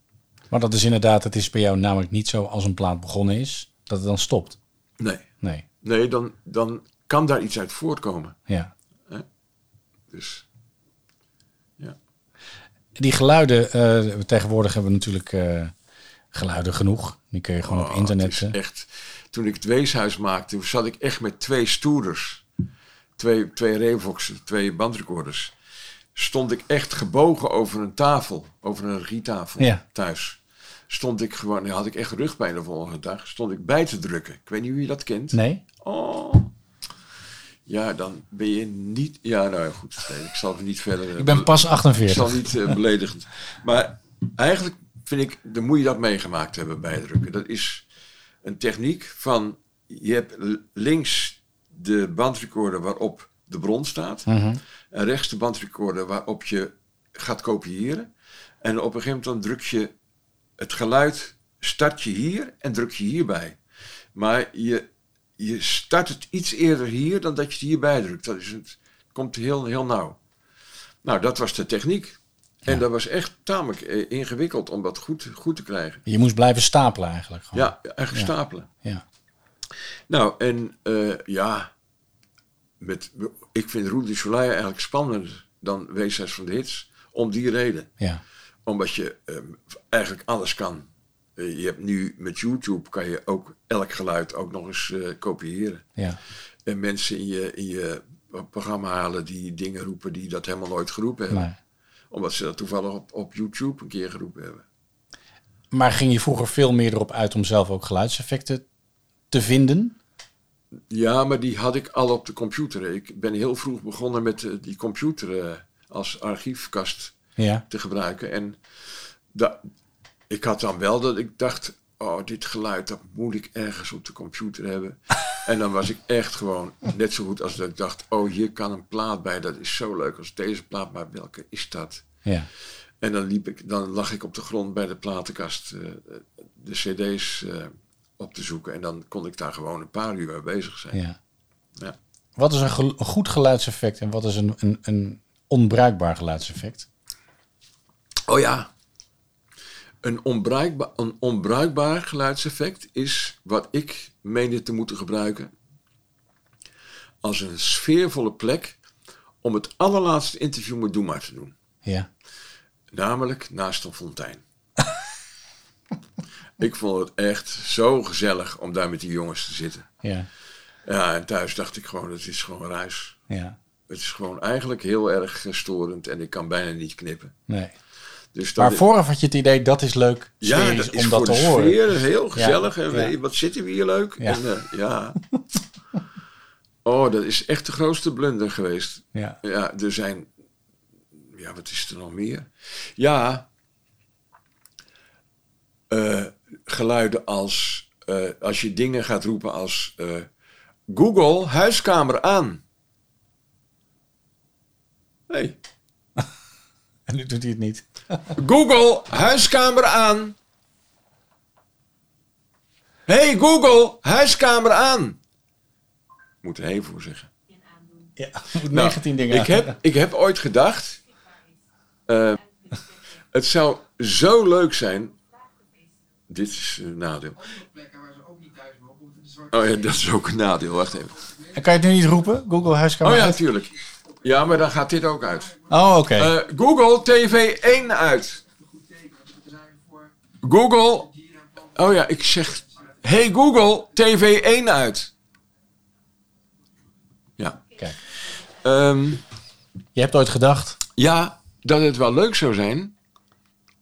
Maar dat is inderdaad, het is bij jou namelijk niet zo als een plaat begonnen is, dat het dan stopt.
Nee.
Nee.
Nee, dan, dan kan daar iets uit voortkomen.
Ja.
Hè? Dus
Die geluiden, eh, tegenwoordig hebben we natuurlijk eh, geluiden genoeg. Die kun je gewoon op internet. eh,
Oh, echt, toen ik het weeshuis maakte, zat ik echt met twee stoerders. Twee, twee Revoxen, twee bandrecorders. Stond ik echt gebogen over een tafel, over een regietafel
Ja.
thuis. Stond ik gewoon, nou, had ik echt rugpijn de volgende dag. Stond ik bij te drukken. Ik weet niet wie dat kent.
Nee?
Oh. Ja, dan ben je niet. Ja, nou ja, goed. nee, ik zal het niet verder. eh,
Ik ben pas 48.
Ik zal niet eh, beledigend. Maar eigenlijk vind ik, dan moet je dat meegemaakt hebben bij het drukken. Dat is een techniek van. Je hebt l- links de bandrecorder waarop de bron staat.
Mhm.
En rechts de bandrecorder waarop je gaat kopiëren. En op een gegeven moment dan druk je het geluid, start je hier en druk je hierbij. Maar je, je start het iets eerder hier dan dat je het hierbij drukt. Dat is het, komt heel, heel nauw. Nou, dat was de techniek. En dat was echt tamelijk eh, ingewikkeld om dat goed, goed te krijgen.
Je moest blijven stapelen eigenlijk. Gewoon.
Ja, eigenlijk
Ja.
stapelen.
Ja.
Nou, en eh, ja, met, ik vind Roel de Soleil eigenlijk spannender dan Weeshuis van de Hits. Om die reden.
Ja.
Omdat je eh, eigenlijk alles kan. Eh, je hebt nu met YouTube kan je ook elk geluid ook nog eens eh, kopiëren.
Ja.
En mensen in je, in je programma halen die dingen roepen die dat helemaal nooit geroepen hebben.
Nee.
Omdat ze dat toevallig op, op YouTube een keer geroepen hebben.
Maar ging je vroeger veel meer erop uit om zelf ook geluidseffecten te vinden?
Ja, maar die had ik al op de computer. Ik ben heel vroeg begonnen met eh, die computer eh, als archiefkast
Ja.
te gebruiken. En da- ik had dan wel dat ik dacht, oh, dit geluid, dat moet ik ergens op de computer hebben. en dan was ik echt gewoon net zo goed als dat ik dacht, oh, hier kan een plaat bij. Dat is zo leuk als deze plaat, maar welke is dat?
Ja.
En dan, liep ik, dan lag ik op de grond bij de platenkast eh, de cd's eh, op te zoeken. En dan kon ik daar gewoon een paar uur mee bezig zijn.
ja.
Ja.
Wat is een, gel- een goed geluidseffect en wat is een, een, een onbruikbaar geluidseffect?
Oh ja. Een onbruikbaar, een onbruikbaar geluidseffect is wat ik meende te moeten gebruiken. als een sfeervolle plek om het allerlaatste interview met Doema te doen.
Ja.
Namelijk naast een fontein. ik vond het echt zo gezellig om daar met die jongens te zitten.
Ja.
Ja, en thuis dacht ik gewoon, het is gewoon ruis.
Ja.
Het is gewoon eigenlijk heel erg eh, storend en ik kan bijna niet knippen.
Nee.
Dus dat
Maar
is-
vooraf had je het idee, dat is leuk
ja,
sferisch
dat is
om
voor
dat te
de
horen.
sfeer dat is heel
Ja,
gezellig. En
ja.
hey, wat zitten we hier leuk.
Ja.
En, eh, ja. oh, dat is echt de grootste blunder geweest.
Ja.
ja, er zijn... Ja, wat is er nog meer? Ja. eh, geluiden als... eh, als je dingen gaat roepen als... eh, Google, huiskamer aan. Nee.
En nu doet hij het niet.
Google, huiskamer aan. Hey Google, huiskamer aan. Moet er hey voor zeggen.
Ja, <laughs> moet
Nou,
19 dingen.
Ik heb, ik heb ooit gedacht. eh, het zou zo leuk zijn. Dit is een nadeel. Oh ja, dat is ook een nadeel. Wacht even.
En kan je het nu niet roepen? Google huiskamer.
Oh ja,
uit?
natuurlijk. Ja, maar dan gaat dit ook uit.
Oh, oké.
Eh, Google TV 1 uit. Google. Oh ja, ik zeg. Hey Google, TV 1 uit. Ja.
Kijk.
Je
hebt ooit gedacht.
Ja, dat het wel leuk zou zijn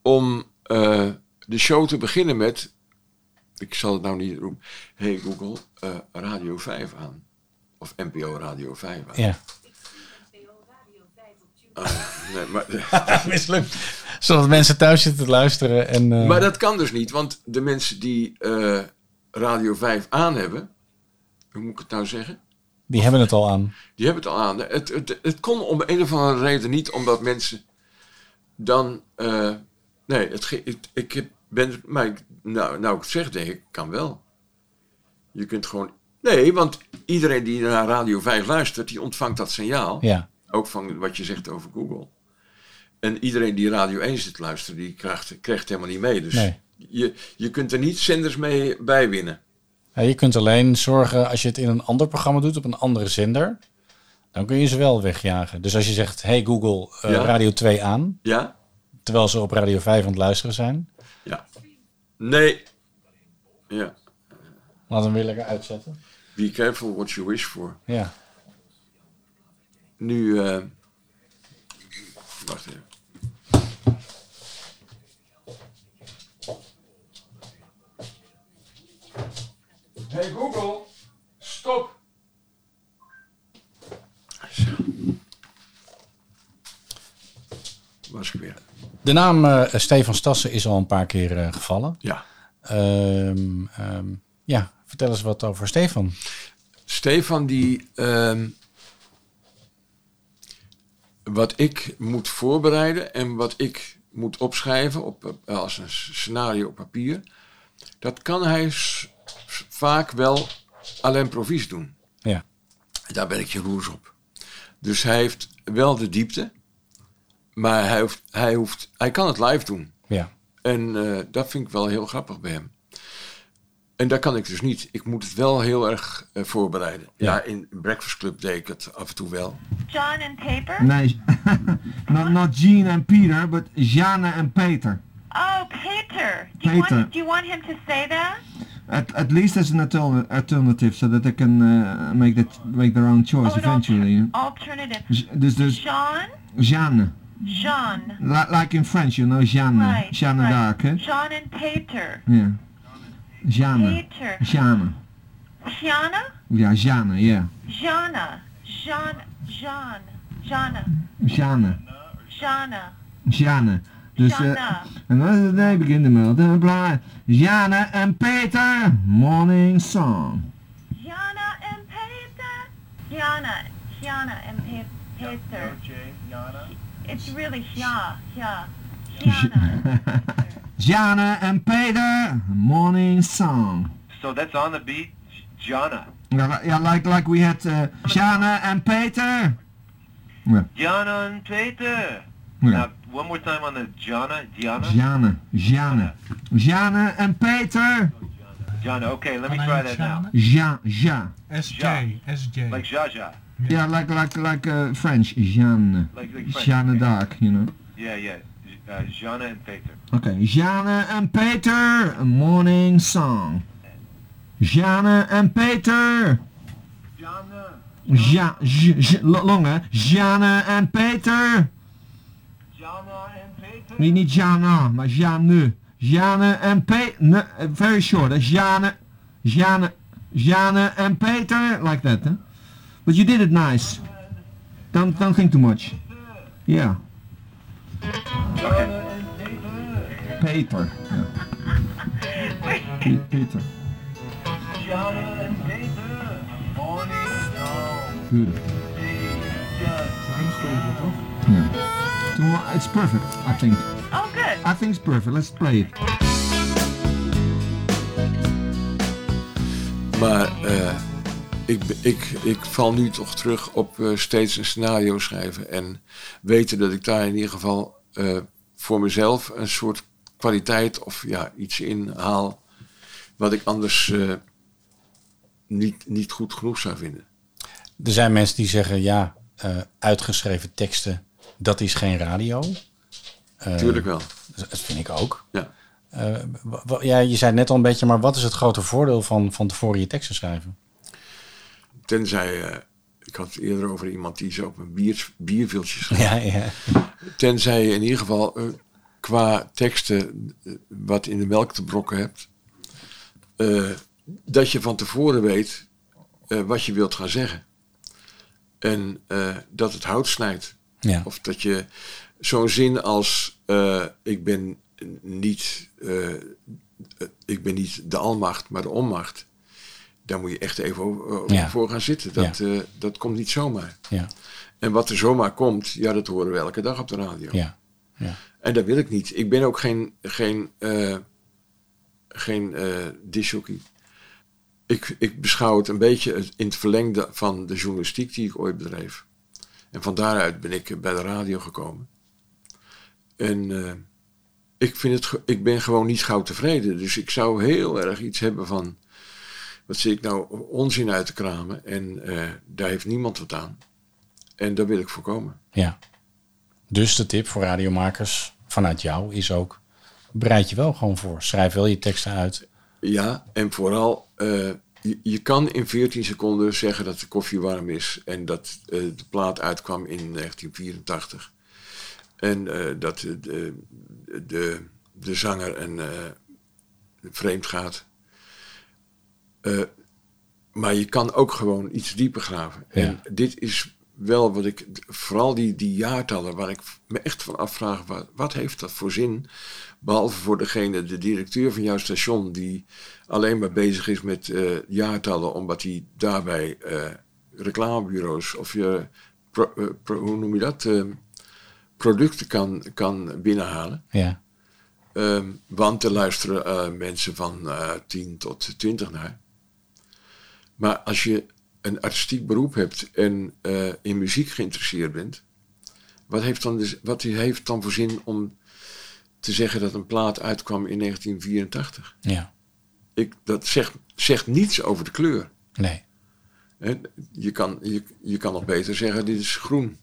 om eh, de show te beginnen met. Ik zal het nou niet roepen. Hey Google, eh, Radio 5 aan. Of NPO Radio 5 aan.
Ja. <laughs>
Ah, nee, maar,
Mislukt. Zodat mensen thuis zitten te luisteren. En, eh,
Maar dat kan dus niet, want de mensen die eh, Radio 5 aan hebben, hoe moet ik het nou zeggen?
Die hebben het al aan.
Die hebben het al aan. Het, het, het kon om een of andere reden niet, omdat mensen dan. eh, nee, het, ge- ik, ik heb- ben. Maar ik- nou, nou, ik het zeg, denk ik, kan wel. Je kunt gewoon. Nee, want iedereen die naar Radio 5 luistert, die ontvangt dat signaal.
Ja.
Ook van wat je zegt over Google. En iedereen die Radio 1 zit te luisteren, die krijgt, krijgt helemaal niet mee. Dus
Nee.
je, je kunt er niet zenders mee bijwinnen.
Ja, je kunt alleen zorgen als je het in een ander programma doet, op een andere zender. Dan kun je ze wel wegjagen. Dus als je zegt, hey Google, eh,
Ja.
Radio 2 aan.
Ja?
Terwijl ze op Radio 5 aan het luisteren zijn.
Ja. Nee. Ja.
Laat hem weer lekker uitzetten.
Be careful what you wish for.
Ja.
Nu. eh, wacht even. Hey Google, stop. Was ik weer.
De naam eh, Stefan Stassen is al een paar keer eh, gevallen.
Ja.
Ehm, ehm, ja, vertel eens wat over Stefan.
Stefan, die. ehm, wat ik moet voorbereiden en wat ik moet opschrijven op, eh, als een s- scenario op papier, dat kan hij s- s- vaak wel alleen provies doen.
Ja.
Daar ben ik jaloers op. Dus hij heeft wel de diepte, maar hij, hoeft, hij, hoeft, hij kan het live doen.
Ja.
En eh, dat vind ik wel heel grappig bij hem. En dat kan ik dus niet. Ik moet het wel heel erg eh, voorbereiden. Ja. in Breakfast Club deed ik het af en toe wel.
John and Paper?
Nee, not, not Jean en Peter, but Jana en Peter.
Oh, Peter. Do you,
Peter.
Want, do you want him to say that?
At, at least as an altern- alternative, so that they can uh, make that make their own
Oh,
choice eventually. you know.
Oh, Alternative.
Z- Dus dus
John?
Jeanne,
John.
Li- like in French, you know, Jeanne,
Right,
Jeanne
right.
d'Arc, hè?
John and Peter.
Yeah. Jeanne,
Peter.
Jeanne,
Kiana?
ja, Jeanne, yeah,
Jana. Jean. John. Jana.
Jeanne,
Jana.
Jeanne. Dus eh,
Jeanne.
en dan uh, nee, begin de mail. Bla, Jeanne en Peter, morning song.
Jana and Peter. Jana. Jana and Pe- Peter. It's really yeah, yeah.
Jana en Peter, Ah, morning song.
So that's on the beat, Jana.
Ja, li- ja, like, like we had uh, Jana en Peter.
Jana and Peter.
Ja.
Now, one more time on the Jana, Jana.
Jana, Jana. Jana en Peter,
Jana. Okay, let me try that now.
Ja, ja.
SJ. SJ. Like Jaja.
Yeah, like like like uh, French, Jeanne.
Like- like French,
Jeanne d'Arc, you know.
Yeah, yeah. Uh, Jana and Peter.
Okay, Jeanne en Peter, a morning song. Jeanne en Peter. Ja, j, j, lo- long hè. Jeanne en Peter. Nee, niet Jana, maar Jeanne. Jeanne en Peter. very short, hè. Jeanne, Jeanne, Jeanne en Peter. Like that, hè. But you did it nice. Don't, don't think too much. Yeah. Peter. Ja. Pe- Peter. Beautiful. Ja. Toen wa- It's perfect, I think.
Oh, good.
I think it's perfect. Let's play it.
Maar eh, ik, be- ik, ik val nu toch terug op eh, steeds een scenario schrijven. En weten dat ik daar in ieder geval eh, voor mezelf een soort kwaliteit of ja, iets in haal. Wat ik anders eh, niet, niet goed genoeg zou vinden.
Er zijn mensen die zeggen, ja, eh, uitgeschreven teksten, dat is geen radio. Eh,
Tuurlijk wel.
Dat vind ik ook.
Ja.
Eh, wa- wa- ja, je zei het net al een beetje, maar wat is het grote voordeel van van tevoren je teksten schrijven?
Tenzij, eh, ik had het eerder over iemand die zo op een bier, bierviltje schreef.
<laughs> Ja, ja.
Tenzij je in ieder geval eh, qua teksten eh, wat in de melk te brokken hebt, eh, dat je van tevoren weet eh, wat je wilt gaan zeggen. En eh, dat het hout snijdt.
Ja.
Of dat je zo'n zin als eh, ik ben niet eh, eh, ik ben niet de almacht, maar de onmacht. Daar moet je echt even o- o-
Ja.
voor gaan zitten. Dat, eh, dat komt niet zomaar.
Ja.
En wat er zomaar komt, ja, dat horen we elke dag op de radio.
Ja. Ja.
En dat wil ik niet. Ik ben ook geen, geen, eh geen eh disjockey. Ik, ik beschouw het een beetje het- in het verlengde van de journalistiek die ik ooit bedreef. En van daaruit ben ik bij de radio gekomen. En eh, ik, vind het, ge- ik ben gewoon niet gauw tevreden. Dus ik zou heel erg iets hebben van... wat zit ik nou onzin uit te kramen? En eh, daar heeft niemand wat aan. En dat wil ik voorkomen.
Ja. Dus de tip voor radiomakers vanuit jou is ook, bereid je wel gewoon voor. Schrijf wel je teksten uit.
Ja, en vooral, eh, je, je kan in 14 seconden zeggen dat de koffie warm is en dat eh, de plaat uitkwam in 1984. En eh, dat eh, de, de, de zanger een eh, vreemd gaat. Eh, maar je kan ook gewoon iets dieper graven. En dit is wel wat ik, vooral die, die jaartallen, waar ik me echt van afvraag, wat, wat heeft dat voor zin? Behalve voor degene, de directeur van jouw station, die alleen maar bezig is met eh, jaartallen, omdat hij daarbij eh, reclamebureaus of je, pro- eh, pro- hoe noem je dat, eh, producten kan, kan binnenhalen.
Ja.
Ehm, want er luisteren eh, mensen van eh, 10 tot 20 naar. Maar als je een artistiek beroep hebt en eh, in muziek geïnteresseerd bent, wat heeft, dan dus, wat heeft dan voor zin om te zeggen dat een plaat uitkwam in 1984?
Ja.
Ik, dat zegt, zegt niets over de kleur.
Nee.
Hè, je, kan, je, je kan nog beter zeggen, dit is groen.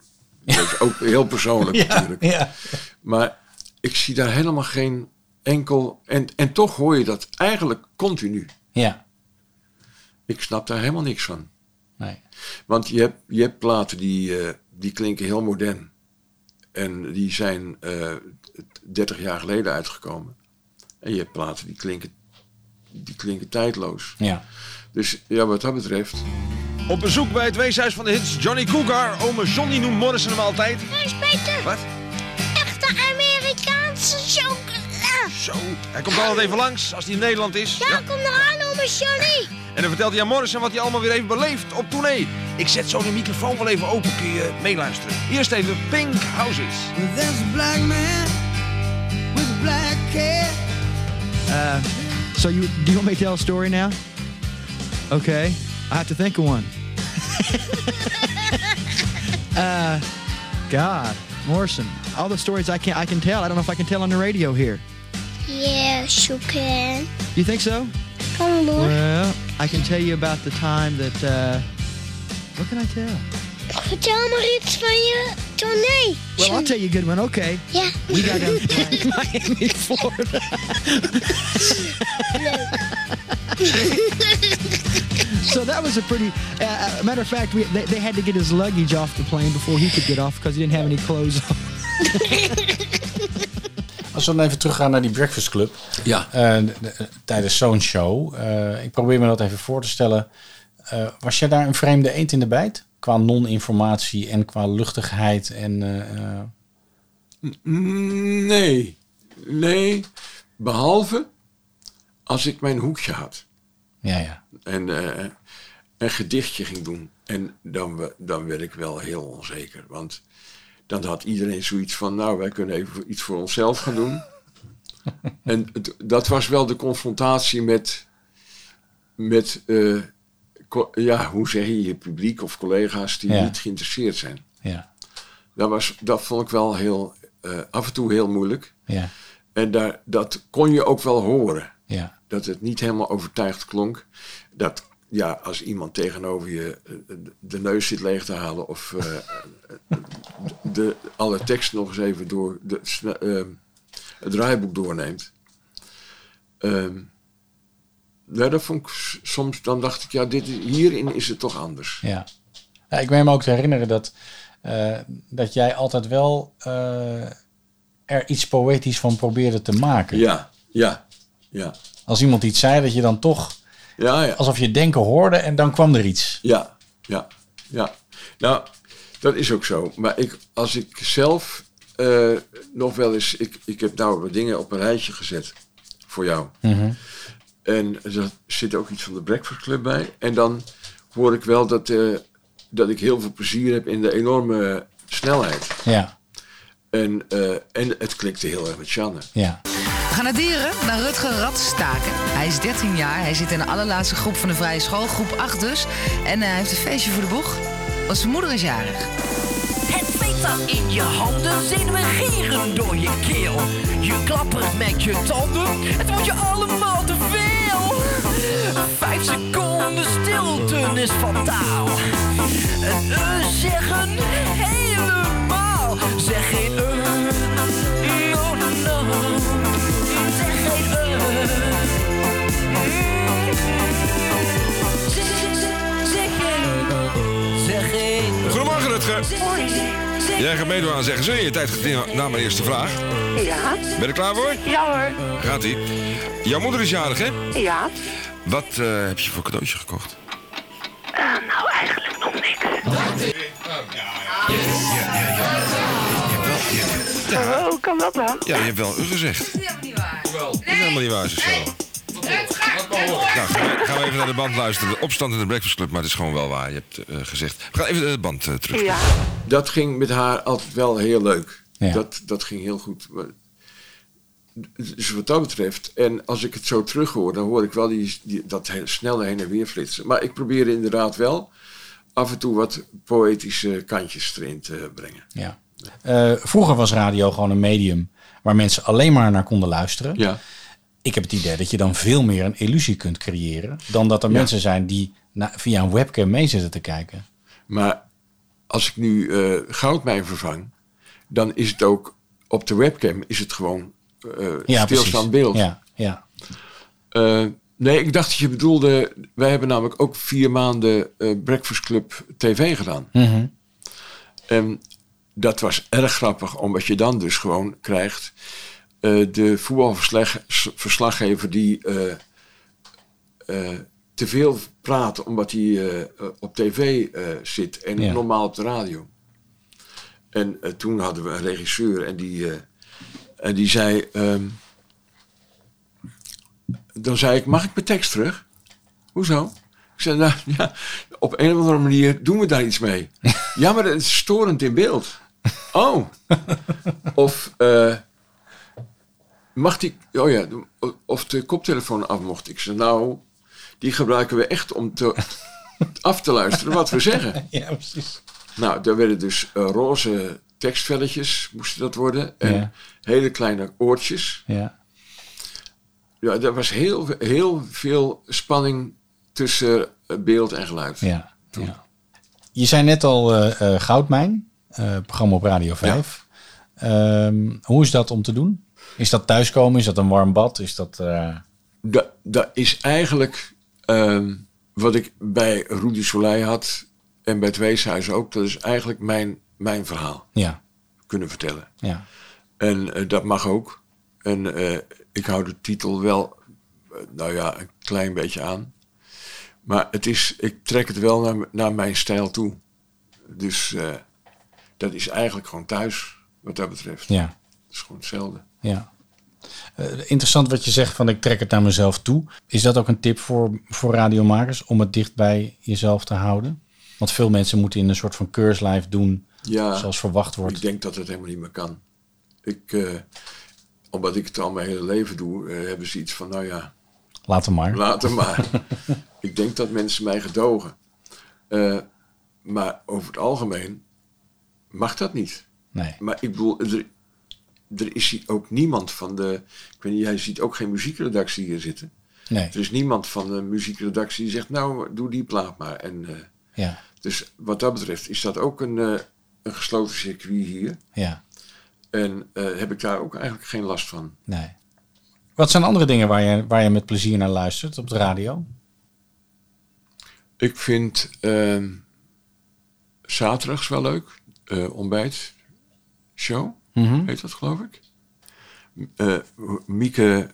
Dat is ook heel persoonlijk
Ja,
natuurlijk.
ja.
Maar ik zie daar helemaal geen enkel... En, en toch hoor je dat eigenlijk continu.
Ja.
Ik snap daar helemaal niks van.
Nee.
Want je hebt, je hebt platen die, eh, die klinken heel modern. En die zijn eh 30 jaar geleden uitgekomen. En je hebt platen die klinken, die klinken tijdloos.
Ja.
Dus ja, wat dat betreft...
Op bezoek bij het weeshuis van de hits Johnny Cougar. Ome Johnny noemt Morrison hem altijd.
Huis Peter.
Wat?
Echte Amerikaanse chocola.
Zo. Hij komt altijd even langs als hij in Nederland is.
Ja, kom eraan, oma Johnny.
En dan vertelt hij aan Morrison wat hij allemaal weer heeft beleefd op tournee. Ik zet zo de microfoon wel even open, kun je meeluisteren. Eerst even Pink Houses.
There's a black man with black hair.
Uh, so you do you want me to tell a story now? Okay, I have to think of
<laughs>
one. uh, God, Morrison, all the stories I can I can tell. I don't know if I can tell on the radio here.
Yes, you can.
You think so?
Oh, Lord.
Well, I can tell you about the time that. Uh, what can I tell?
Vertel maar iets van je tournee.
Well, I'll tell you a good one. Okay.
Ja.
We got down to Miami, Florida. so that was a pretty. Uh, uh, matter of fact, we, they, they had to get his luggage off the plane before he could get off because he didn't have any clothes on.
Als we dan even teruggaan naar die Breakfast Club. eh,
Ja.
tijdens zo'n show. eh, ik probeer me dat even voor te stellen. Eh, was jij daar een vreemde eend in de bijt? Qua non-informatie en qua luchtigheid. En, eh, eh,
Nee. Nee. Behalve als ik mijn hoekje had.
ja, ja.
En eh, een gedichtje ging doen. En dan, we- dan werd ik wel heel onzeker. Want dan had iedereen zoiets van... nou, wij kunnen even iets voor onszelf gaan
<laughs>
doen. en het- dat was wel de confrontatie met... met eh, co- ja, hoe zeg je, je publiek of collega's die
Ja.
niet geïnteresseerd zijn.
Ja.
Dat, was, dat vond ik wel heel, eh, af en toe heel moeilijk.
Ja.
En daar, dat kon je ook wel horen.
Ja.
Dat het niet helemaal overtuigd klonk. Dat ja, als iemand tegenover je eh, de neus zit leeg te halen of eh, <laughs> de, alle tekst nog eens even door de, sne- ehm, het draaiboek doorneemt. Ehm, nou, dat vond ik s- soms, dan dacht ik, ja, dit is, hierin is het toch anders.
Ja. Ja, ik meen me ook te herinneren dat, eh, dat jij altijd wel eh, er iets poëtisch van probeerde te maken.
Ja, ja, ja.
Als iemand iets zei, dat je dan toch
Ja, ja.
alsof je denken hoorde en dan kwam er iets.
Ja, ja, ja. Nou, dat is ook zo. Maar ik, als ik zelf eh, nog wel eens... Ik, ik heb nou wat dingen op een rijtje gezet voor jou. En er zit ook iets van de Breakfast Club bij. En dan hoor ik wel dat, eh, dat ik heel veel plezier heb in de enorme snelheid.
Ja.
En, eh, en het klikte heel erg met Shannon.
Ja.
We gaan naar Dieren, naar Rutger Radstaken. Hij is 13 jaar, hij zit in de allerlaatste groep van de vrije school, groep 8 dus. En eh, hij heeft een feestje voor de boeg, want zijn moeder is jarig.
Het zweet dat in je handen, zenuwen gieren door je keel. Je klappert met je tanden, het wordt je allemaal te veel. Vijf seconden stilte is fataal. Een eh zeggen helemaal, zeg geen eh. No, no, no. Zeg geen mm. eh. Zeg, zeg, zeg, zeg geen. Zeg geen.
Goedemorgen, Rutger.
Hoi.
Jij gaat meedoen aan zeggen ze. Je tijd gaat in- naar mijn eerste vraag.
Ja.
Ben je er klaar voor?
Ja hoor.
Gaat ie. Jouw moeder is jarig, hè?
Ja.
Wat eh, heb je voor cadeautje gekocht?
Oh, hoe kan dat dan?
Ja, je hebt wel u gezegd.
is helemaal niet waar.
Dat is helemaal niet waar, Cecile. Nou, gaan we, gaan we even naar de band luisteren. De opstand in de Breakfast Club, maar het is gewoon wel waar. Je hebt eh, gezegd. We gaan even de band eh, terug.
Dat ging met haar altijd wel heel leuk. Dat, dat ging heel goed. Maar- Dus wat dat betreft, en als ik het zo terughoor, dan hoor ik wel die, die, dat he- snelle heen en weer flitsen. Maar ik probeer inderdaad wel af en toe wat poëtische kantjes erin te brengen.
Ja. Eh, vroeger was radio gewoon een medium waar mensen alleen maar naar konden luisteren.
Ja.
Ik heb het idee dat je dan veel meer een illusie kunt creëren dan dat er
Ja.
mensen zijn die na- via een webcam mee zitten te kijken.
Maar als ik nu eh, goudmijn vervang, dan is het ook op de webcam is het gewoon eh
Ja,
stilstaand
precies.
beeld.
Ja, ja.
Eh, nee, ik dacht dat je bedoelde. Wij hebben namelijk ook vier maanden eh, Breakfast Club TV gedaan.
Mhm.
En dat was erg grappig, omdat je dan dus gewoon krijgt eh, de voetbalverslaggever die eh, eh, te veel praat omdat hij eh, eh, op tv eh, zit en
Ja.
normaal op de radio. En eh, toen hadden we een regisseur en die, eh, en die zei. ehm, dan zei ik, mag ik mijn tekst terug? Hoezo? Ik zei, nou ja, op een of andere manier doen we daar iets mee. ja, maar het is storend in beeld. Oh. of eh, mag die, oh ja, of de koptelefoon af mocht. Ik zei, nou, die gebruiken we echt om te, af te luisteren wat we zeggen.
Ja, precies.
Nou, daar werden dus eh, roze tekstvelletjes, moesten dat worden. En
Ja.
hele kleine oortjes.
Ja.
Ja, er was heel, heel veel spanning tussen eh, beeld en geluid.
Ja, Je zei net al eh, eh, Goudmijn, eh, programma op Radio 5. Ehm, hoe is dat om te doen? Is dat thuiskomen? Is dat een warm bad? Is dat... eh,
Dat, dat is eigenlijk ehm, wat ik bij Rudy Soleil had en bij Tweeshuis ook. Dat is eigenlijk mijn, mijn verhaal
ja,
kunnen vertellen.
ja.
En eh, dat mag ook. En eh, ik hou de titel wel, eh, nou ja, een klein beetje aan. Maar het is, ik trek het wel naar, m- naar mijn stijl toe. Dus eh, dat is eigenlijk gewoon thuis, wat dat betreft.
Ja.
Het is gewoon hetzelfde.
Ja. Eh, interessant wat je zegt van ik trek het naar mezelf toe. Is dat ook een tip voor, voor radiomakers om het dicht bij jezelf te houden? Want veel mensen moeten in een soort van keurslijf doen
Ja,
zoals verwacht wordt.
Ik denk dat het helemaal niet meer kan. Ik, eh, omdat ik het al mijn hele leven doe, eh, hebben ze iets van, nou ja, <laughs>
Later maar.
Later maar. ik denk dat mensen mij gedogen. Eh, maar over het algemeen mag dat niet.
Nee.
Maar ik bedoel, er, er is hier ook niemand van de. Ik weet niet, jij ziet ook geen muziekredactie hier zitten.
Nee.
Er is niemand van de muziekredactie die zegt, nou, doe die plaat maar. En, eh,
Ja.
Dus wat dat betreft is dat ook een, eh, een gesloten circuit hier.
Ja.
En eh, heb ik daar ook eigenlijk geen last van.
Nee. Wat zijn andere dingen waar je, waar je met plezier naar luistert op de radio?
Ik vind ehm, zaterdags wel leuk. Eh ontbijt show
Mhm.
heet dat, geloof ik. M- eh, Mieke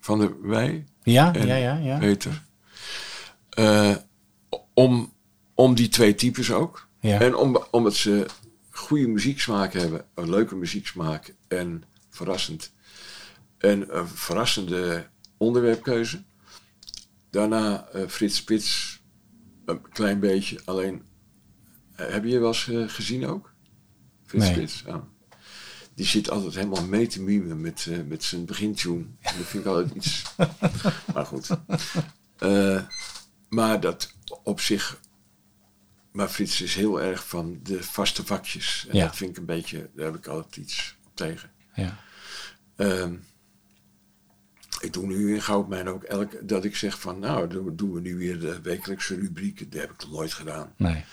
van der Wij.
Ja,
en
ja, ja, ja.
Peter. Eh, om, om die twee types ook.
Ja.
En om, omdat ze goede muzieksmaak hebben. Een leuke muzieksmaak. En verrassend. En een verrassende onderwerpkeuze. Daarna eh, Frits Spits. Een klein beetje. Alleen, eh, heb je je wel eens eh, gezien ook? Frits
Nee.
Spits? Ja. Die zit altijd helemaal mee te mimen met, eh, met zijn begintune. En dat vind ik altijd iets...
<laughs>
maar goed. Eh, maar dat op zich... Maar Frits is heel erg van de vaste vakjes. En
Ja.
dat vind ik een beetje... Daar heb ik altijd iets op tegen.
Ja.
Ehm, ik doe nu in Goudmijn ook elk, dat ik zeg van nou, doen, doen we nu weer de wekelijkse rubriek. Dat heb ik nog nooit gedaan.
Nee.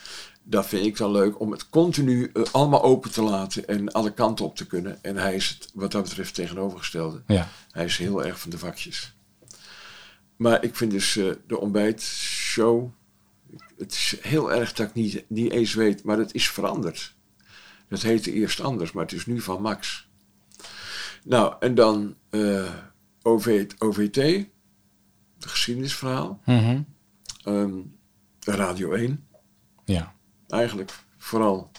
Dat vind ik dan leuk om het continu eh, allemaal open te laten en alle kanten op te kunnen. En hij is het, wat dat betreft tegenovergestelde.
Ja.
Hij is heel erg van de vakjes. Maar ik vind dus eh, de ontbijtshow. Het is heel erg dat ik niet, niet eens weet, maar het is veranderd. Dat heette eerst anders, maar het is nu van Max. Nou, en dan eh, OV, OVT, het geschiedenisverhaal.
Mhm.
Ehm, Radio 1.
Ja.
Eigenlijk vooral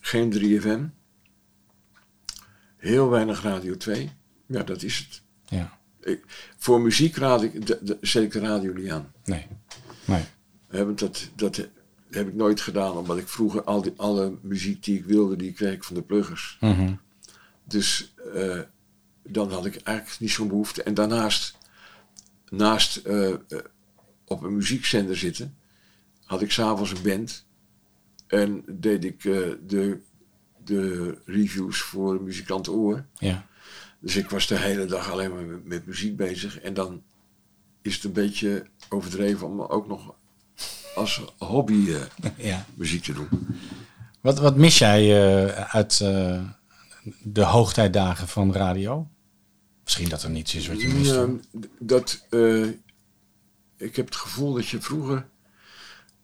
geen 3FM. Heel weinig Radio 2. Ja, dat is het.
Ja.
Ik, voor muziek raad ik, de, de, zet ik de radio niet aan.
Nee. Nee.
Hè, want dat, dat heb ik nooit gedaan, omdat ik vroeger al die, alle muziek die ik wilde, die kreeg ik van de pluggers.
Mhm.
Dus eh, dan had ik eigenlijk niet zo'n behoefte. En daarnaast, naast eh, eh, op een muziekzender zitten, had ik s'avonds een band. En deed ik eh, de, de reviews voor Muzikant Oor.
Ja.
Dus ik was de hele dag alleen maar met, met muziek bezig. En dan is het een beetje overdreven om ook nog als hobby
<laughs>
eh,
Ja.
muziek te doen.
Wat, wat mis jij eh, uit eh, de hoogtijdagen van radio? Misschien dat er niets is wat je mist.
Ja, ehm, d- dat, eh, ik heb het gevoel dat je vroeger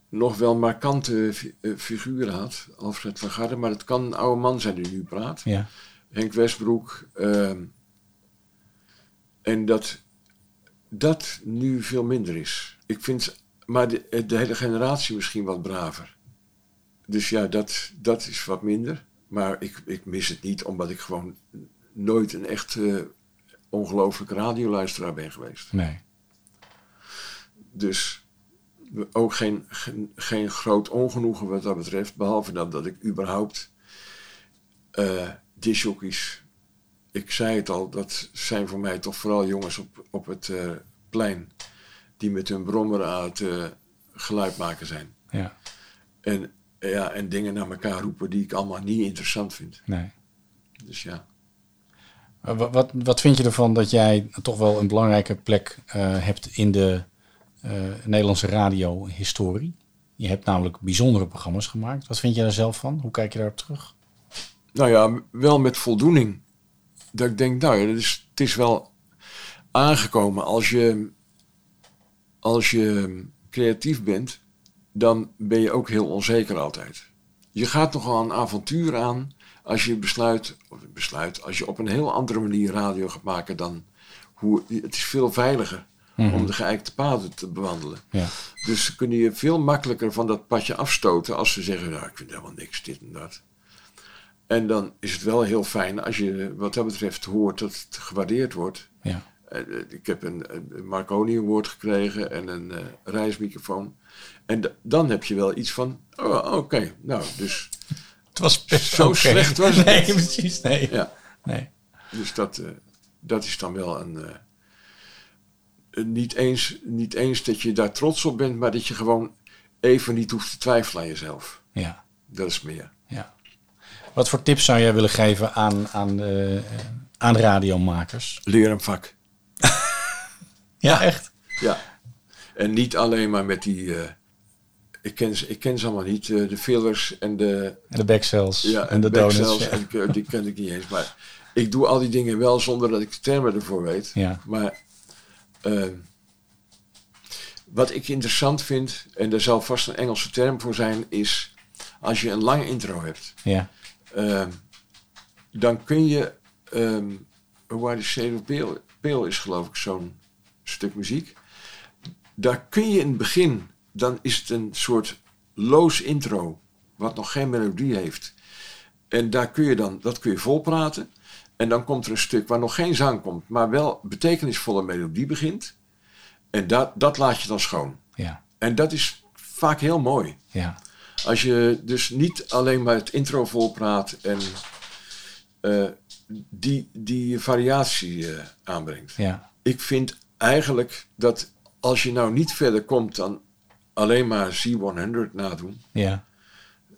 nog wel markante fi- eh, figuren had, Alfred van Garde, maar het kan een oude man zijn die nu praat.
Ja.
Henk Westbroek. ehm, en dat dat nu veel minder is. Ik vind, maar de, de hele generatie misschien wat braver. Dus ja, dat, dat is wat minder. Maar ik, ik mis het niet, omdat ik gewoon nooit een echt eh, ongelooflijk radioluisteraar ben geweest.
Nee.
Dus ook geen, geen, geen groot ongenoegen wat dat betreft. Behalve dan dat ik überhaupt eh discjockeys... Ik zei het al, dat zijn voor mij toch vooral jongens op, op het eh, plein... die met hun brommer aan het eh, geluid maken zijn.
Ja.
En, ja, en dingen naar elkaar roepen die ik allemaal niet interessant vind.
Nee.
Dus ja.
Eh, wa- Wat, wat vind je ervan dat jij toch wel een belangrijke plek eh, hebt in de eh, Nederlandse radiohistorie? Je hebt namelijk bijzondere programma's gemaakt. Wat vind jij daar zelf van? Hoe kijk je daarop terug?
Nou ja, wel met voldoening. Dat ik denk, nou ja, dat is, het is wel aangekomen. Als je, als je creatief bent, dan ben je ook heel onzeker altijd. Je gaat nogal een avontuur aan als je besluit, of besluit, als je op een heel andere manier radio gaat maken dan hoe. Het is veel veiliger
Mhm.
om de geëikte paden te bewandelen.
Ja.
Dus ze kunnen je veel makkelijker van dat padje afstoten als ze zeggen, nou, ik vind helemaal niks, dit en dat. En dan is het wel heel fijn als je wat dat betreft hoort dat het gewaardeerd wordt.
Ja.
Eh, eh, Ik heb een, een Marconi Award gekregen en een eh, reismicrofoon. En da- dan heb je wel iets van, oh, oké, nou, dus...
Het was best
zo
oké.
slecht was het.
Nee,
niet.
precies, nee.
Ja.
Nee.
Dus dat, eh, dat is dan wel een... eh, eh, niet, eens, niet eens dat je daar trots op bent, maar dat je gewoon even niet hoeft te twijfelen aan jezelf.
Ja.
Dat is meer.
Ja. Wat voor tips zou jij willen geven aan, aan, eh, aan radiomakers?
Leer een vak.
ja, echt?
Ja. En niet alleen maar met die. eh, ik, ken ze, ik ken ze allemaal niet. eh, de fillers en de.
En de backcells
Ja,
en de
back
donuts,
cells,
ja.
en ik, eh, die ken ik niet eens. Maar ik doe al die dingen wel zonder dat ik de termen ervoor weet.
Ja.
Maar. eh, wat ik interessant vind, en daar zal vast een Engelse term voor zijn, is als je een lange intro hebt.
Ja.
Ehm, dan kun je. ehm Waar de Shade of Pale, Pale is, geloof ik, zo'n stuk muziek. Daar kun je in het begin. Dan is het een soort loos intro. Wat nog geen melodie heeft. En daar kun je dan, dat kun je volpraten. En dan komt er een stuk waar nog geen zang komt. Maar wel betekenisvolle melodie begint. En dat, dat laat je dan schoon.
Ja.
En dat is vaak heel mooi.
Ja.
Als je dus niet alleen maar het intro volpraat en eh, die, die variatie eh, aanbrengt.
Ja.
Ik vind eigenlijk dat als je nou niet verder komt dan alleen maar C100 nadoen.
Ja.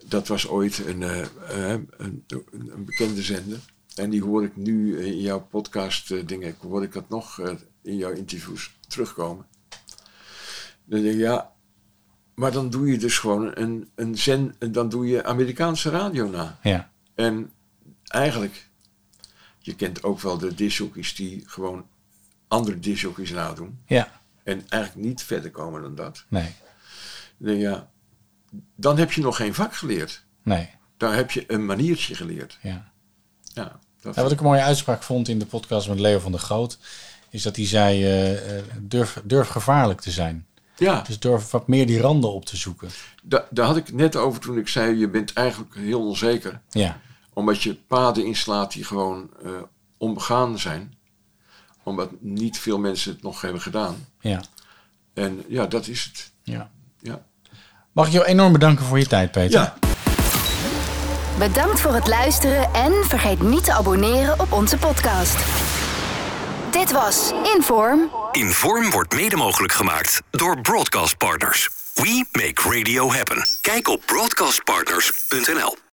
Dat was ooit een, eh, eh, een, een bekende zender. En die hoor ik nu in jouw podcast eh, dingen, hoor ik dat nog eh, in jouw interviews terugkomen. Dan denk ik, ja, maar dan doe je dus gewoon een, een zen, dan doe je Amerikaanse radio na.
Ja.
En eigenlijk, je kent ook wel de discjockeys die gewoon andere discjockeys nadoen.
Ja.
En eigenlijk niet verder komen dan dat.
Nee.
Dan denk ik, ja, dan heb je nog geen vak geleerd.
Nee.
Daar heb je een maniertje geleerd.
Ja.
Ja, dat
Ja, wat ik een mooie uitspraak vond in de podcast met Leo van der Groot, is dat hij zei: eh, eh, durf, durf gevaarlijk te zijn.
Ja.
Dus durf wat meer die randen op te zoeken.
Da- daar had ik het net over toen ik zei, je bent eigenlijk heel onzeker.
Ja.
Omdat je paden inslaat die gewoon eh, onbegaan zijn. Omdat niet veel mensen het nog hebben gedaan.
Ja.
En ja, dat is het.
Ja.
Ja.
Mag ik jou enorm bedanken voor je tijd, Peter?
Ja.
Bedankt voor het luisteren en vergeet niet te abonneren op onze podcast. Dit was Inform.
Inform wordt mede mogelijk gemaakt door Broadcast Partners. We make radio happen. Kijk op broadcastpartners.nl.